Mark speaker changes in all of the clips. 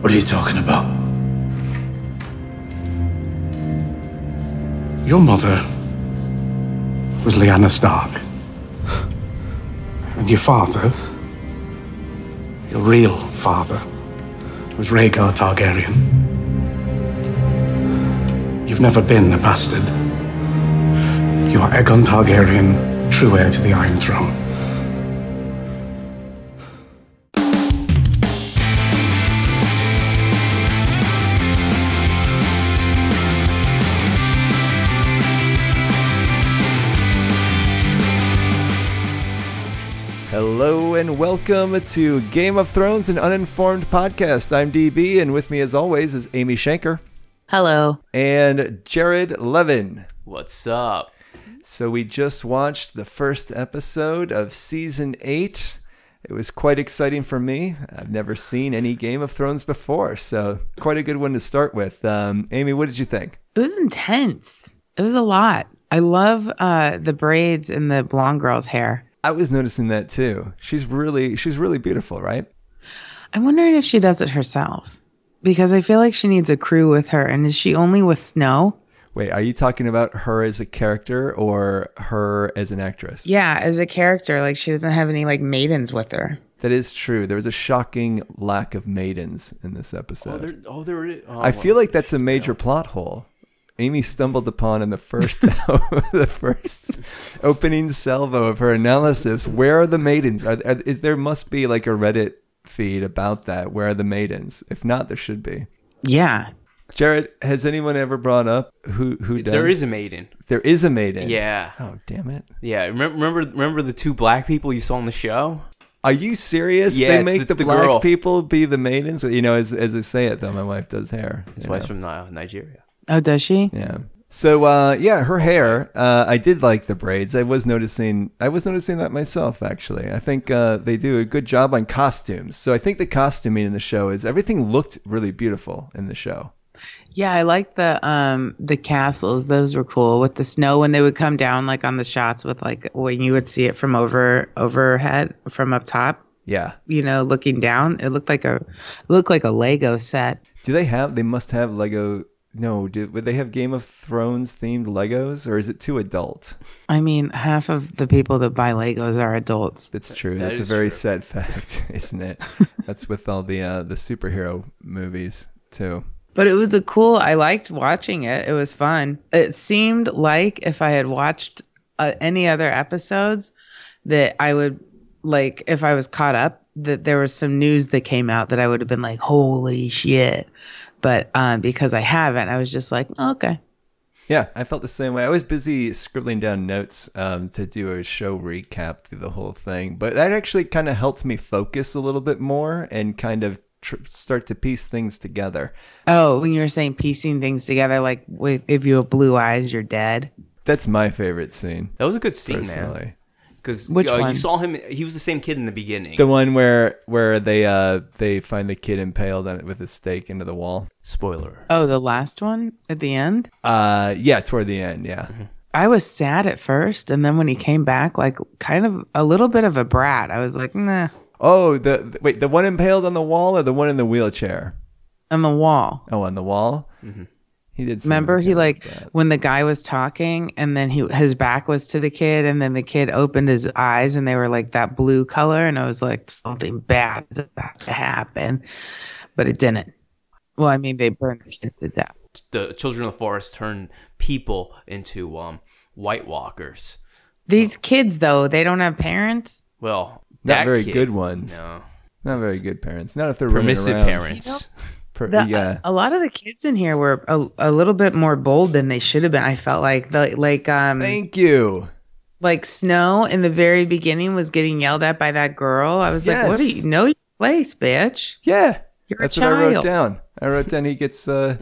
Speaker 1: What are you talking about?
Speaker 2: Your mother was Lyanna Stark. And your father, your real father, was Rhaegar Targaryen. You've never been a bastard. You are Aegon Targaryen, true heir to the Iron Throne.
Speaker 3: Hello and welcome to Game of Thrones an Uninformed Podcast. I'm DB, and with me, as always, is Amy Shanker
Speaker 4: Hello.
Speaker 3: and Jared Levin.
Speaker 5: What's up?
Speaker 3: So, we just watched the first episode of season eight. It was quite exciting for me. I've never seen any Game of Thrones before, so quite a good one to start with. Um, Amy, what did you think?
Speaker 4: It was intense. It was a lot. I love uh, the braids in the blonde girl's hair.
Speaker 3: I was noticing that too. She's really, she's really beautiful, right?
Speaker 4: I'm wondering if she does it herself because I feel like she needs a crew with her. And is she only with Snow?
Speaker 3: Wait, are you talking about her as a character or her as an actress?
Speaker 4: Yeah, as a character, like she doesn't have any like maidens with her.
Speaker 3: That is true. There was a shocking lack of maidens in this episode.
Speaker 5: Oh, there, oh, there it is. Oh,
Speaker 3: I feel
Speaker 5: well,
Speaker 3: like that's a major plot hole. Amy stumbled upon in the first the first opening salvo of her analysis. Where are the maidens? Are, are, is there must be like a Reddit feed about that? Where are the maidens? If not, there should be.
Speaker 4: Yeah.
Speaker 3: Jared, has anyone ever brought up who who does?
Speaker 5: there is a maiden.
Speaker 3: there is a maiden.
Speaker 5: Yeah,
Speaker 3: Oh damn it!
Speaker 5: yeah. Remember, remember, remember the two black people you saw on the show?
Speaker 3: Are you serious?
Speaker 5: Yeah,
Speaker 3: they
Speaker 5: it's
Speaker 3: make
Speaker 5: the-
Speaker 3: the,
Speaker 5: the
Speaker 3: black
Speaker 5: girl.
Speaker 3: people be the maidens. You know, as as I say it though, my wife does hair.
Speaker 5: His
Speaker 3: you know?
Speaker 5: wife's from Ni- Nigeria.
Speaker 4: Oh, does she?
Speaker 3: Yeah. So uh, yeah, her hair. Uh, I did like the braids. I was noticing. I was noticing that myself. Actually, I think uh, they do a good job on costumes. So I think the costuming in the show is everything looked really beautiful in the show.
Speaker 4: Yeah, I like the um the castles. Those were cool with the snow when they would come down like on the shots with like when you would see it from over overhead from up top.
Speaker 3: Yeah.
Speaker 4: you know, looking down. It looked like a looked like a Lego set.
Speaker 3: Do they have? They must have Lego. No, do, would they have Game of Thrones themed Legos, or is it too adult?
Speaker 4: I mean, half of the people that buy Legos are adults.
Speaker 3: That's true.
Speaker 5: that
Speaker 3: That's a
Speaker 5: is
Speaker 3: very
Speaker 5: true.
Speaker 3: sad fact, isn't it? That's with all the uh, the superhero movies too.
Speaker 4: But it was a cool. I liked watching it. It was fun. It seemed like if I had watched uh, any other episodes, that I would like if I was caught up. That there was some news that came out that I would have been like, "Holy shit!" But um, because I haven't, I was just like, "Okay."
Speaker 3: Yeah, I felt the same way. I was busy scribbling down notes um, to do a show recap through the whole thing, but that actually kind of helped me focus a little bit more and kind of tr- start to piece things together.
Speaker 4: Oh, when you were saying piecing things together, like with, if you have blue eyes, you're dead.
Speaker 3: That's my favorite scene,
Speaker 5: That was a good scene, man.
Speaker 3: personally.
Speaker 5: Because
Speaker 4: Which
Speaker 5: uh,
Speaker 4: one?
Speaker 5: you saw him. He was the same kid in the beginning.
Speaker 3: The one where where they uh, they find the kid impaled on it with a stake into the wall.
Speaker 5: Spoiler.
Speaker 4: Oh, the last one at the end?
Speaker 3: Uh, yeah, toward the end, yeah.
Speaker 5: Mm-hmm.
Speaker 4: I was sad at first. And then when he came back, like kind of a little bit of a brat, I was like, nah,
Speaker 3: Oh, the the- wait, the one impaled on the wall or the one in the wheelchair?
Speaker 4: on the wall.
Speaker 3: Oh, on the wall.
Speaker 5: Mm-hmm.
Speaker 3: He did. seem
Speaker 4: Remember,
Speaker 3: like
Speaker 4: he
Speaker 3: a-
Speaker 4: like when the guy was talking and then he his back was to the kid and then the kid opened his eyes and they were like that blue color and I was like something bad is about to happen, but it didn't. Well, I mean they burned the kid to death.
Speaker 5: The children of the forest turn people into um White Walkers.
Speaker 4: These kids though they don't have parents.
Speaker 5: Well,
Speaker 3: Not
Speaker 5: that
Speaker 3: very
Speaker 5: kid-
Speaker 3: good ones.
Speaker 5: No,
Speaker 3: not very good parents. Not if they're running
Speaker 5: permissive
Speaker 3: around.
Speaker 5: parents.
Speaker 3: Per-
Speaker 4: The- uh, um,
Speaker 3: yeah.
Speaker 4: a lot of the kids in here were a, a little bit more bold than they should have been. I felt like the like um
Speaker 3: Thank you.
Speaker 4: like Snow in the very beginning was getting yelled at by that girl. I was like, "What do
Speaker 3: Yes.
Speaker 4: you know your place, bitch?"
Speaker 3: Yeah.
Speaker 4: You're a
Speaker 3: That's what I wrote
Speaker 4: child.
Speaker 3: down. I wrote down he gets uh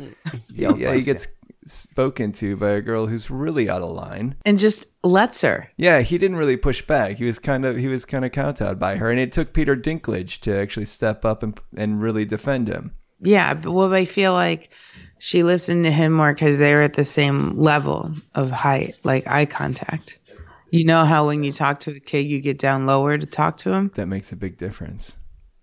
Speaker 5: Yelled
Speaker 3: yeah,
Speaker 5: by
Speaker 3: he
Speaker 5: Sam.
Speaker 3: gets spoken to by a girl who's really out of line.
Speaker 4: And just lets her.
Speaker 3: Yeah, he didn't really push back. He was kind of he was kind of kowtowed by her and it took Peter Dinklage to actually step up and and really defend him.
Speaker 4: Yeah, but well, I feel like she listened to him more because they were at the same level of height, like eye contact. You know how when you talk to a kid, you get down lower to talk to him.
Speaker 3: That makes a big difference.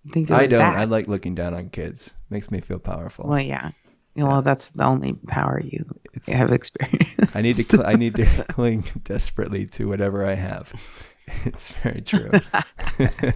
Speaker 4: I think it was
Speaker 3: I don't.
Speaker 4: that.
Speaker 3: I like looking down on kids. Makes me feel powerful.
Speaker 4: well, yeah. You know, Well, that's the only power you have experienced.
Speaker 3: I need to. Cl- I need to cling desperately to whatever I have. It's very true.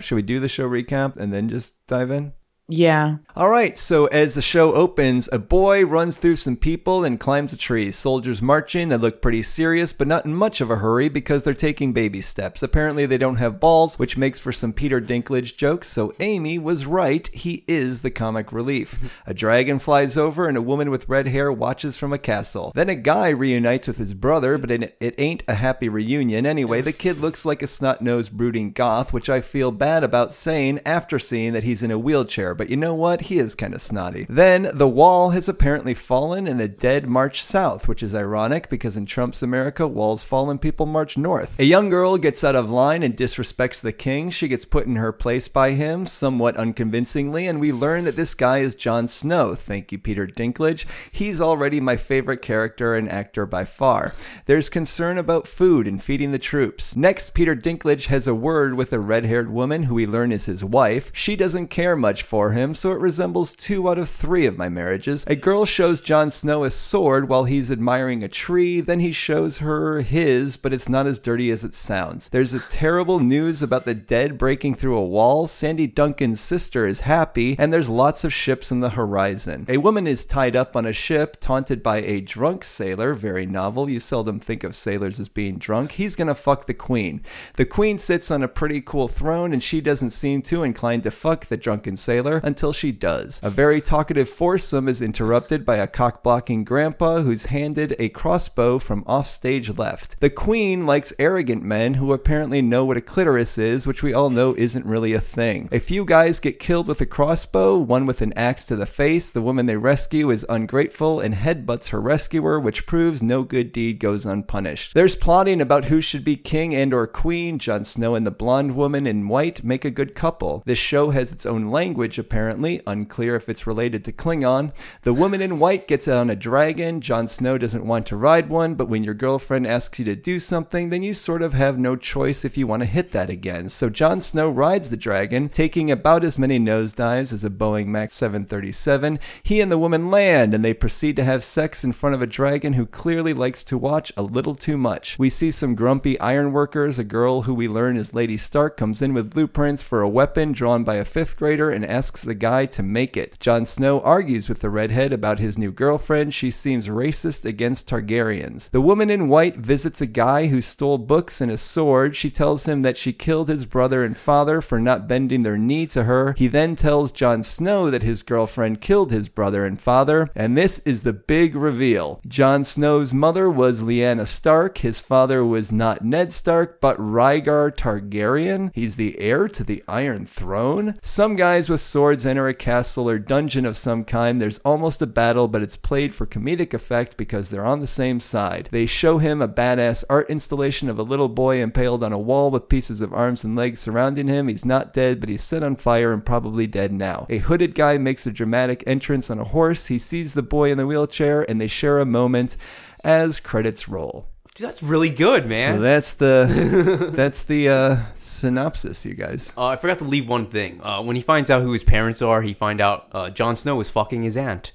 Speaker 3: Should we do the show recap and then just dive in?
Speaker 4: yeah.
Speaker 3: All right, so as the show opens, a boy runs through some people and climbs a tree. Soldiers marching, they look pretty serious, but not in much of a hurry because they're taking baby steps. Apparently, they don't have balls, which makes for some Peter Dinklage jokes, so Amy was right. He is the comic relief. A dragon flies over, and a woman with red hair watches from a castle. Then a guy reunites with his brother, but it it ain't a happy reunion. Anyway, the kid looks like a snot nosed brooding goth, which I feel bad about saying after seeing that he's in a wheelchair, but you know what? He is kind of snotty. Then the wall has apparently fallen and the dead march south, which is ironic because in Trump's America, walls fall and people march north. A young girl gets out of line and disrespects the king. She gets put in her place by him, somewhat unconvincingly, and we learn that this guy is Jon Snow. Thank you, Peter Dinklage. He's already my favorite character and actor by far. There's concern about food and feeding the troops. Next, Peter Dinklage has a word with a red haired woman who we learn is his wife. She doesn't care much for him, so it resembles two out of three of my marriages. A girl shows Jon Snow a sword while he's admiring a tree, then he shows her his, but it's not as dirty as it sounds. There's a terrible news about the dead breaking through a wall. Sandy Duncan's sister is happy, and there's lots of ships on the horizon. A woman is tied up on a ship, taunted by a drunk sailor. Very novel. You seldom think of sailors as being drunk. He's gonna fuck the queen. The queen sits on a pretty cool throne, and she doesn't seem too inclined to fuck the drunken sailor until she does. A very talkative foursome is interrupted by a cock blocking grandpa who's handed a crossbow from offstage left. The queen likes arrogant men who apparently know what a clitoris is, which we all know isn't really a thing. A few guys get killed with a crossbow, one with an axe to the face. The woman they rescue is ungrateful and headbutts her rescuer, which proves no good deed goes unpunished. There's plotting about who should be king and or queen. Jon Snow and the blonde woman in white make a good couple. This show has its own language apparently, unclear if it's related to Klingon. The woman in white gets on a dragon. Jon Snow doesn't want to ride one, but when your girlfriend asks you to do something, then you sort of have no choice if you want to hit that again. So Jon Snow rides the dragon, taking about as many nosedives as a Boeing Max 737. He and the woman land, and they proceed to have sex in front of a dragon who clearly likes to watch a little too much. We see some grumpy ironworkers. A girl who we learn is Lady Stark comes in with blueprints for a weapon drawn by a fifth grader and asks the guy to make it. Jon Snow argues with the redhead about his new girlfriend. She seems racist against Targaryens. The woman in white visits a guy who stole books and a sword. She tells him that she killed his brother and father for not bending their knee to her. He then tells Jon Snow that his girlfriend killed his brother and father. And this is the big reveal. Jon Snow's mother was Lyanna Stark. His father was not Ned Stark, but Rhaegar Targaryen. He's the heir to the Iron Throne. Some guys with swords enter a castle or dungeon of some kind. There's almost a battle, but it's played for comedic effect because they're on the same side. They show him a badass art installation of a little boy impaled on a wall with pieces of arms and legs surrounding him. He's not dead, but he's set on fire and probably dead now. A hooded guy makes a dramatic entrance on a horse. He sees the boy in the wheelchair, and they share a moment as credits roll.
Speaker 5: Dude, that's really good,
Speaker 3: So
Speaker 5: man.
Speaker 3: that's the that's the uh, synopsis, you guys.
Speaker 5: uh, I forgot to leave one thing. Uh, when he finds out who his parents are, he find out uh, Jon Snow is fucking his aunt.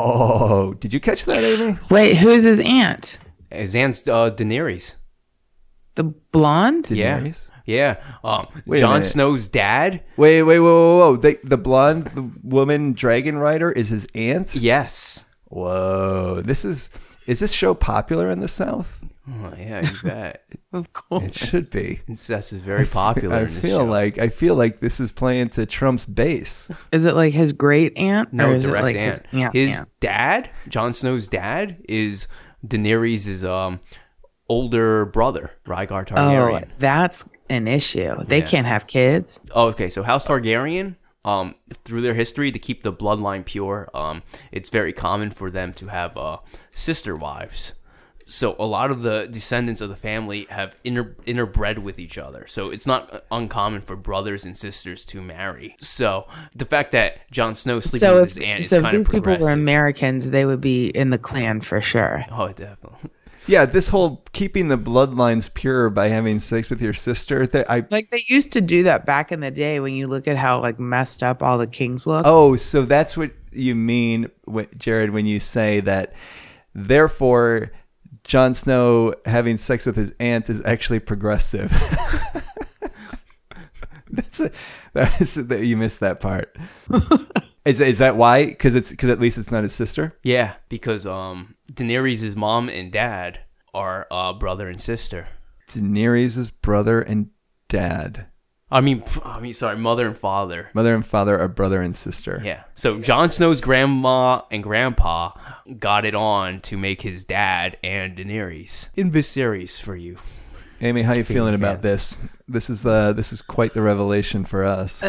Speaker 3: Oh, did you catch that, Amy?
Speaker 4: Wait, who's his aunt?
Speaker 5: His aunt's uh, Daenerys.
Speaker 4: The blonde?
Speaker 5: Yeah,
Speaker 3: Daenerys?
Speaker 5: yeah. Um,
Speaker 3: Wait a
Speaker 5: Jon
Speaker 3: minute.
Speaker 5: Snow's dad.
Speaker 3: Wait, wait, whoa, whoa, whoa! The, the blonde woman dragon rider is his aunt.
Speaker 5: Yes.
Speaker 3: Whoa! This is is this show popular in the South?
Speaker 5: Oh, yeah, you bet.
Speaker 4: Of course.
Speaker 3: It should be.
Speaker 5: Incest is very popular.
Speaker 3: I
Speaker 5: in this
Speaker 3: feel
Speaker 5: show.
Speaker 3: like I feel like this is playing to Trump's base.
Speaker 4: Is it like his great aunt?
Speaker 5: No
Speaker 4: or is
Speaker 5: direct
Speaker 4: it like
Speaker 5: aunt.
Speaker 4: His, aunt,
Speaker 5: his
Speaker 4: aunt?
Speaker 5: dad, Jon Snow's dad, is Daenerys' um, older brother, Rhaegar
Speaker 4: Oh,
Speaker 5: Targaryen.
Speaker 4: that's an issue. They can't have kids.
Speaker 5: Oh. okay. So House Targaryen, um, through their history to keep the bloodline pure, um, it's very common for them to have uh, sister wives. So a lot of the descendants of the family have inter- interbred with each other. So it's not uncommon for brothers and sisters to marry. So the fact that Jon Snow sleeping
Speaker 4: So
Speaker 5: with
Speaker 4: if,
Speaker 5: his aunt
Speaker 4: so
Speaker 5: is
Speaker 4: if
Speaker 5: kind of
Speaker 4: these people
Speaker 5: progressive.
Speaker 4: were Americans, they would be in the Klan for sure.
Speaker 5: oh, definitely.
Speaker 3: yeah, this whole keeping the bloodlines pure by having sex with your sister. That I
Speaker 4: Like they used to do that back in the day when you look at how like messed up all the kings look.
Speaker 3: oh, so that's what you mean, wh- Jared, when you say that. Therefore, Jon Snow having sex with his aunt is actually progressive. that's a, that's that you missed that part. is is that why? Because it's because at least it's not his sister.
Speaker 5: Yeah, because um, Daenerys' mom and dad are uh, brother and sister.
Speaker 3: Daenerys' brother and dad.
Speaker 5: I mean, pff, I mean, sorry, mother and father.
Speaker 3: Mother and father are brother and sister.
Speaker 5: Yeah. So Jon Snow's grandma and grandpa got it on to make his dad and Daenerys in this series for you.
Speaker 3: Amy, how you feeling about this? This is the this is quite the revelation for us.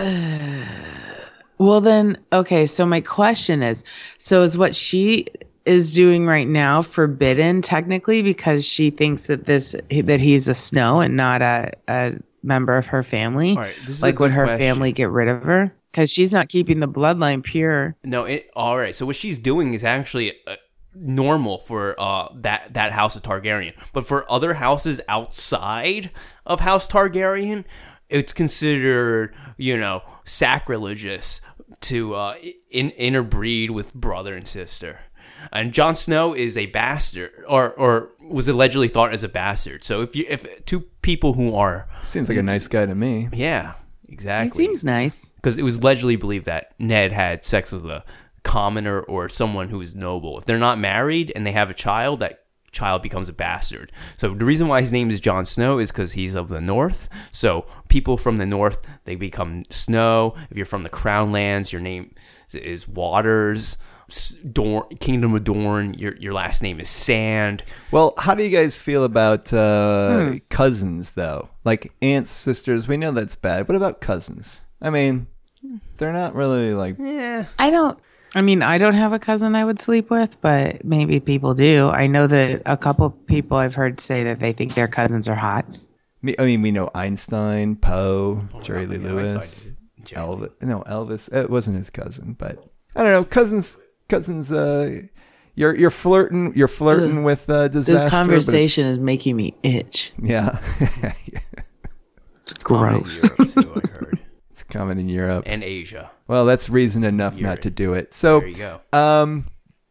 Speaker 4: Well, then, okay. So my question is, so is what she is doing right now forbidden technically because she thinks that this that he's a snow and not a, a member of her family?
Speaker 5: All right, this is a
Speaker 4: like, would
Speaker 5: good
Speaker 4: her
Speaker 5: question.
Speaker 4: family get rid of her? Because she's not keeping the bloodline pure.
Speaker 5: No, it, all right. So what she's doing is actually uh, normal for uh, that that house of Targaryen, but for other houses outside of House Targaryen, it's considered you know sacrilegious to uh, in, interbreed with brother and sister. And Jon Snow is a bastard, or or was allegedly thought as a bastard. So if you if two people who are
Speaker 3: Seems like a nice guy to me.
Speaker 5: yeah
Speaker 4: It
Speaker 5: exactly
Speaker 4: seems nice.
Speaker 5: because it was allegedly believed that Ned had sex with a commoner or someone who is noble. If they're not married and they have a child, that child becomes a bastard. So the reason why his name is Jon Snow is because he's of the North. So people from the North they become Snow. If you're from the Crown Lands, your name is Waters. S- Dorn, Kingdom of Dorne. Your your last name is Sand.
Speaker 3: Well, how do you guys feel about uh,
Speaker 4: Hmm.
Speaker 3: cousins though? Like aunts, sisters. We know that's bad. What about cousins? I mean, they're not really like.
Speaker 4: I don't. I mean, I don't have a cousin I would sleep with, but maybe people do. I know that a couple people I've heard say that they think their cousins are hot.
Speaker 3: me- I mean, we know Einstein, Poe, Jerry Lee
Speaker 5: yeah,
Speaker 3: Lewis,
Speaker 5: Einstein did.
Speaker 3: Elvis. No, Elvis. It wasn't his cousin, but I don't know. Cousins, cousins. Uh, you're you're flirting. You're flirting with uh, disaster.
Speaker 4: This
Speaker 3: but it's-
Speaker 4: conversation is making me itch.
Speaker 3: Yeah,
Speaker 4: It's
Speaker 5: Common in
Speaker 4: gross.
Speaker 5: Europe too, I heard,
Speaker 3: it's common in Europe.
Speaker 5: and Asia.
Speaker 3: Well, that's reason enough not to do it. So,
Speaker 5: There you go.
Speaker 3: um,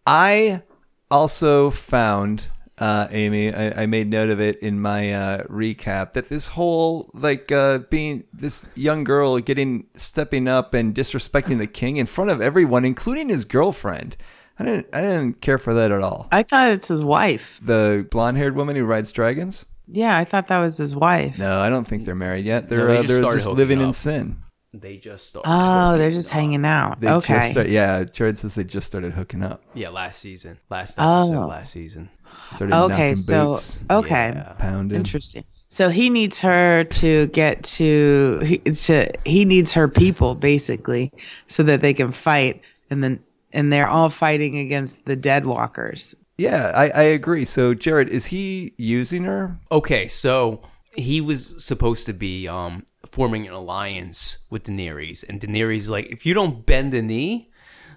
Speaker 3: I also found, uh, Amy, I, I made note of it in my uh, recap that this whole like uh, being this young girl getting stepping up and disrespecting the king in front of everyone, including his girlfriend. I didn't, I didn't care for that at all.
Speaker 4: I thought it's his wife.
Speaker 3: The blonde-haired woman who rides dragons.
Speaker 4: Yeah, I thought that was his wife.
Speaker 3: No, I don't think they're married yet. They're,
Speaker 5: No, they
Speaker 3: uh,
Speaker 5: just
Speaker 3: they're
Speaker 5: started
Speaker 3: just
Speaker 5: hooking
Speaker 3: living in
Speaker 5: up.
Speaker 3: sin.
Speaker 5: They just started.
Speaker 4: Oh, they're
Speaker 5: hooking
Speaker 4: just
Speaker 5: up.
Speaker 4: hanging out.
Speaker 3: They
Speaker 4: okay.
Speaker 3: just start, yeah. Jared says they just started hooking up.
Speaker 5: Yeah, last season. Last
Speaker 4: Oh.
Speaker 5: episode, last season.
Speaker 3: Started
Speaker 4: okay,
Speaker 3: knocking
Speaker 4: so oh,
Speaker 3: boots,
Speaker 4: okay.
Speaker 5: Yeah.
Speaker 3: pounding.
Speaker 4: Interesting. So he needs her to get to he, to he needs her people basically so that they can fight and then and they're all fighting against the dead walkers.
Speaker 3: Yeah, I, I agree. So, Jared, is he using her?
Speaker 5: Okay, so he was supposed to be um, forming an alliance with Daenerys, and Daenerys is like, if you don't bend the knee,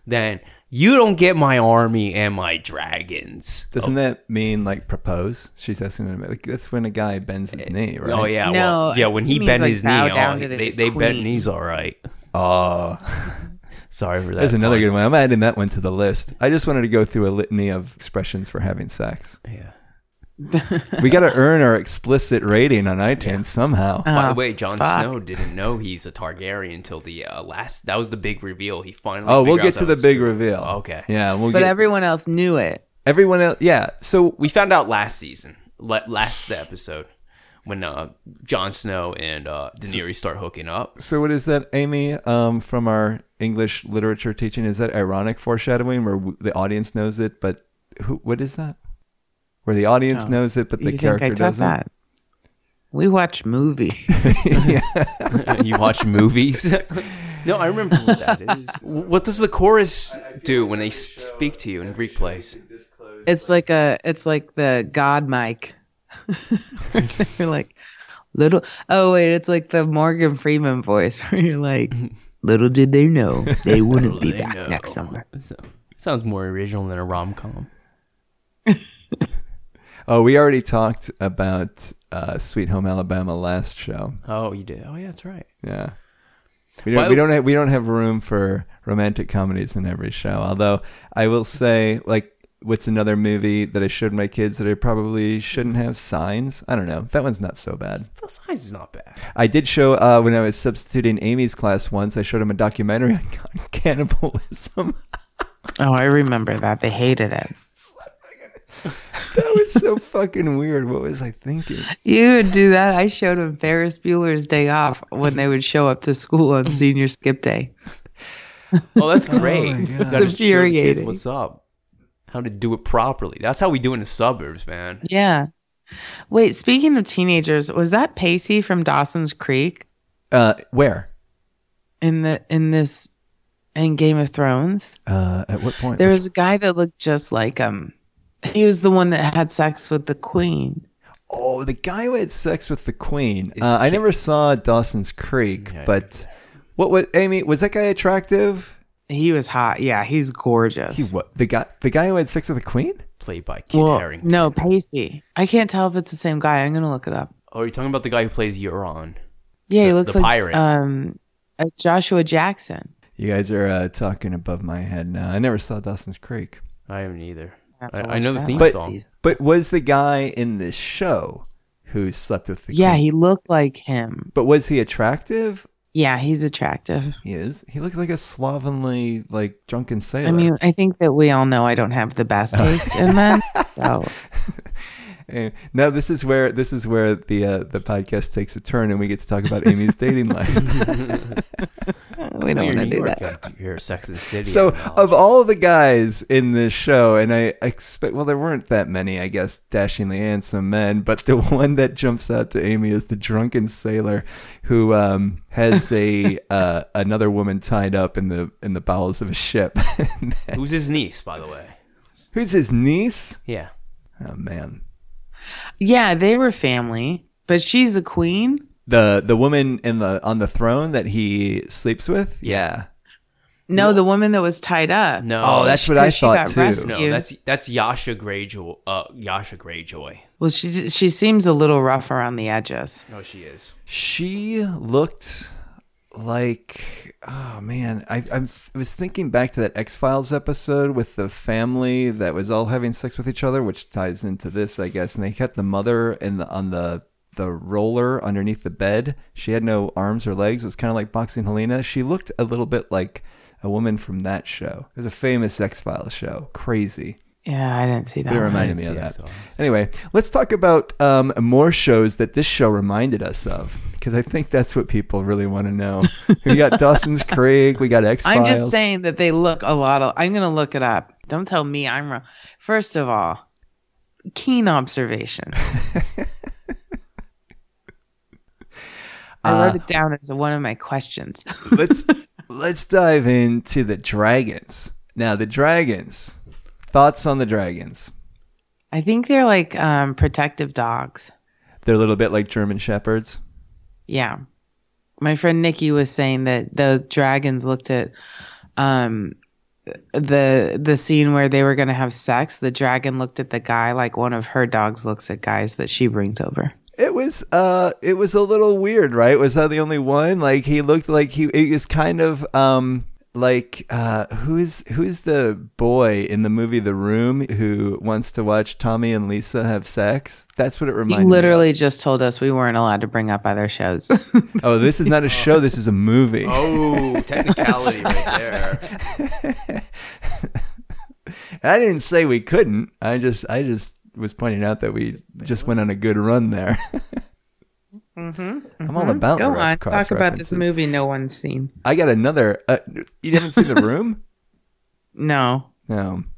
Speaker 5: then you don't get my army and my dragons.
Speaker 3: Doesn't that mean like propose? She's asking him. Like that's when a guy bends his knee, right?
Speaker 5: Oh
Speaker 4: No, I
Speaker 5: yeah, well, yeah.
Speaker 4: think
Speaker 5: When
Speaker 4: he
Speaker 5: he
Speaker 4: means,
Speaker 5: bent
Speaker 4: like,
Speaker 5: his knee,
Speaker 4: bow down
Speaker 5: oh,
Speaker 4: to the
Speaker 5: they, they bent
Speaker 4: queen.
Speaker 5: knees all right.
Speaker 3: Oh,
Speaker 5: Sorry for that.
Speaker 3: there's another
Speaker 5: pun.
Speaker 3: good one. I'm adding that one to the list. I just wanted to go through a litany of expressions for having sex.
Speaker 5: Yeah.
Speaker 3: We got to earn our explicit rating on iTunes somehow.
Speaker 5: By
Speaker 4: Oh,
Speaker 5: the way, Jon
Speaker 4: fuck.
Speaker 5: Snow didn't know he's a Targaryen until the uh, last. That was the big reveal. He finally.
Speaker 3: oh, we'll
Speaker 5: figured
Speaker 3: get
Speaker 5: out
Speaker 3: to
Speaker 5: that
Speaker 3: the
Speaker 5: was
Speaker 3: big
Speaker 5: true.
Speaker 3: reveal.
Speaker 5: Okay.
Speaker 3: Yeah, we'll
Speaker 4: But
Speaker 3: get
Speaker 4: everyone else knew it.
Speaker 3: everyone else. Yeah. So
Speaker 5: we found out last season, la- last episode, when uh, Jon Snow and uh, Daenerys start hooking up.
Speaker 3: So what is that, Amy? Um, from our English literature teaching, is that ironic foreshadowing, where w- the audience knows it, but who, what is that? Where the audience knows it, but the
Speaker 4: Oh. you think
Speaker 3: character
Speaker 4: I taught
Speaker 3: doesn't.
Speaker 4: that? We watch movies.
Speaker 5: you watch movies. no, I remember what that is. What does the chorus do when they s- speak to you in Greek plays?
Speaker 4: It's like a it's like the God mic. you're like little oh wait, it's like the Morgan Freeman voice where you're like little did they know they wouldn't be
Speaker 5: They
Speaker 4: back
Speaker 5: know.
Speaker 4: next summer.
Speaker 5: So- sounds more original than a rom com.
Speaker 3: Oh, we already talked about uh, Sweet Home Alabama last show.
Speaker 5: Oh, you did. Oh, yeah, that's right.
Speaker 3: Yeah. We
Speaker 5: By
Speaker 3: don't,
Speaker 5: the-
Speaker 3: we don't have, we don't have room for romantic comedies in every show. Although I will say, like, what's another movie that I showed my kids that I probably shouldn't have? Signs. I don't know. That one's not so bad.
Speaker 5: Well, Signs is not bad.
Speaker 3: I did show uh, when I was substituting Amy's class once. I showed him a documentary on can- cannibalism.
Speaker 4: Oh, I remember that. They hated it.
Speaker 3: that was so fucking weird. What was I thinking?
Speaker 4: You would do that. I showed him Ferris Bueller's Day Off when they would show up to school on senior skip day.
Speaker 5: Oh, that's great. You gotta show the kids
Speaker 4: infuriating.
Speaker 5: What's up? How to do it properly. That's how we do it in the suburbs, man.
Speaker 4: Yeah. Wait, speaking of teenagers, was that Pacey from Dawson's Creek
Speaker 3: Uh, where?
Speaker 4: in the in this in Game of Thrones?
Speaker 3: Uh, at what point?
Speaker 4: There was a guy that looked just like him. He was the one that had sex with the queen.
Speaker 3: Oh, the guy who had sex with the queen.
Speaker 5: Is
Speaker 3: Uh, I
Speaker 5: Ki-
Speaker 3: never saw Dawson's Creek,
Speaker 5: Yeah, I
Speaker 3: but what was Amy? Was that guy attractive?
Speaker 4: He was hot. Yeah, he's gorgeous.
Speaker 3: He what? The guy, the guy who had sex with the queen?
Speaker 5: Played by Kid
Speaker 4: Well,
Speaker 5: Harington.
Speaker 4: no, Pacey. I can't tell if it's the same guy. I'm gonna look it up.
Speaker 5: Oh, you're talking about the guy who plays Euron.
Speaker 4: Yeah, he
Speaker 5: The-
Speaker 4: looks
Speaker 5: the
Speaker 4: like
Speaker 5: pirate.
Speaker 4: um uh, Joshua Jackson.
Speaker 3: You guys are uh, talking above my head now. I never saw Dawson's Creek.
Speaker 5: I haven't either.
Speaker 4: have
Speaker 5: I,
Speaker 4: to
Speaker 5: I
Speaker 4: watch
Speaker 5: know the
Speaker 4: that
Speaker 5: theme
Speaker 4: one.
Speaker 5: song.
Speaker 3: But was the guy in this show who slept with the
Speaker 4: Yeah,
Speaker 3: queen?
Speaker 4: he looked like him.
Speaker 3: But was he attractive?
Speaker 4: Yeah, he's attractive.
Speaker 3: He is. He looked like a slovenly, like drunken sailor.
Speaker 4: I mean, I think that we all know I don't have the best taste in men. So
Speaker 3: Eh, now this is where this is where the uh, the podcast takes a turn, and we get to talk about Amy's dating life.
Speaker 4: uh, we don't want to do that.
Speaker 5: You're Sex and the City.
Speaker 3: So,
Speaker 5: analogy.
Speaker 3: of all the guys in this show, and I expect, well, there weren't that many, I guess, dashingly handsome men, but the one that jumps out to Amy is the drunken sailor who um, has a uh, another woman tied up in the in the bowels of a ship.
Speaker 5: who's his niece, by the way?
Speaker 3: Who's his niece?
Speaker 5: Yeah.
Speaker 3: Oh man,
Speaker 4: Yeah, they were family, but she's a queen.
Speaker 3: the the woman in the on the throne that he sleeps with. Yeah.
Speaker 4: No, the woman that was tied up.
Speaker 5: No.
Speaker 3: Oh, that's what I
Speaker 4: 'cause she
Speaker 3: thought
Speaker 4: got
Speaker 3: too.
Speaker 4: rescued.
Speaker 5: no.
Speaker 4: you.
Speaker 5: That's that's Yasha Greyjoy. Uh, Yasha Greyjoy.
Speaker 4: Well, she she seems a little rough around the edges.
Speaker 5: No, she is.
Speaker 3: She looked like oh man, I, I'm- I was thinking back to that X Files episode with the family that was all having sex with each other, which ties into this, I guess. And they kept the mother in the, on the the roller underneath the bed. She had no arms or legs. It was kind of like boxing Helena. She looked a little bit like a woman from that show. It was a famous X Files show. Crazy.
Speaker 4: Yeah, I didn't see that.
Speaker 3: But it
Speaker 4: one.
Speaker 3: reminded me
Speaker 5: see
Speaker 3: of
Speaker 5: that
Speaker 3: that.
Speaker 5: song.
Speaker 3: Anyway, let's talk about um, more shows that this show reminded us of because I think that's what people really want to know. We got Dawson's Creek, we got X Files.
Speaker 4: I'm just saying that they look a lot. Of, I'm gonna look it up. Don't tell me I'm wrong. First of all, keen observation. I wrote it down as one of my questions.
Speaker 3: let's let's dive into the dragons. Now, the dragons. Thoughts on the dragons?
Speaker 4: I think they're like um, protective dogs.
Speaker 3: They're a little bit like German shepherds.
Speaker 4: Yeah. My friend Nikki was saying that the dragons looked at um the the scene where they were going to have sex, the dragon looked at the guy like one of her dogs looks at guys that she brings over.
Speaker 3: It was uh it was a little weird, right? Was I the only one? Like he looked like he it was kind of um like uh who's who's the boy in the movie The Room who wants to watch Tommy and Lisa have sex? That's what it
Speaker 4: You
Speaker 3: reminded
Speaker 4: literally just told us we weren't allowed to bring up other shows.
Speaker 3: me. of. Oh, this is not a show, this is a movie.
Speaker 5: Oh, technicality right there.
Speaker 3: And I didn't say we couldn't. I just I just was pointing out that we just went on a good run there. I'm all about
Speaker 4: Mm-hmm, Go
Speaker 3: the
Speaker 4: on,
Speaker 3: cross
Speaker 4: talk about this
Speaker 3: references.
Speaker 4: movie no one's seen.
Speaker 3: I got another. Uh, you haven't seen The Room?
Speaker 4: No.
Speaker 3: No. Um,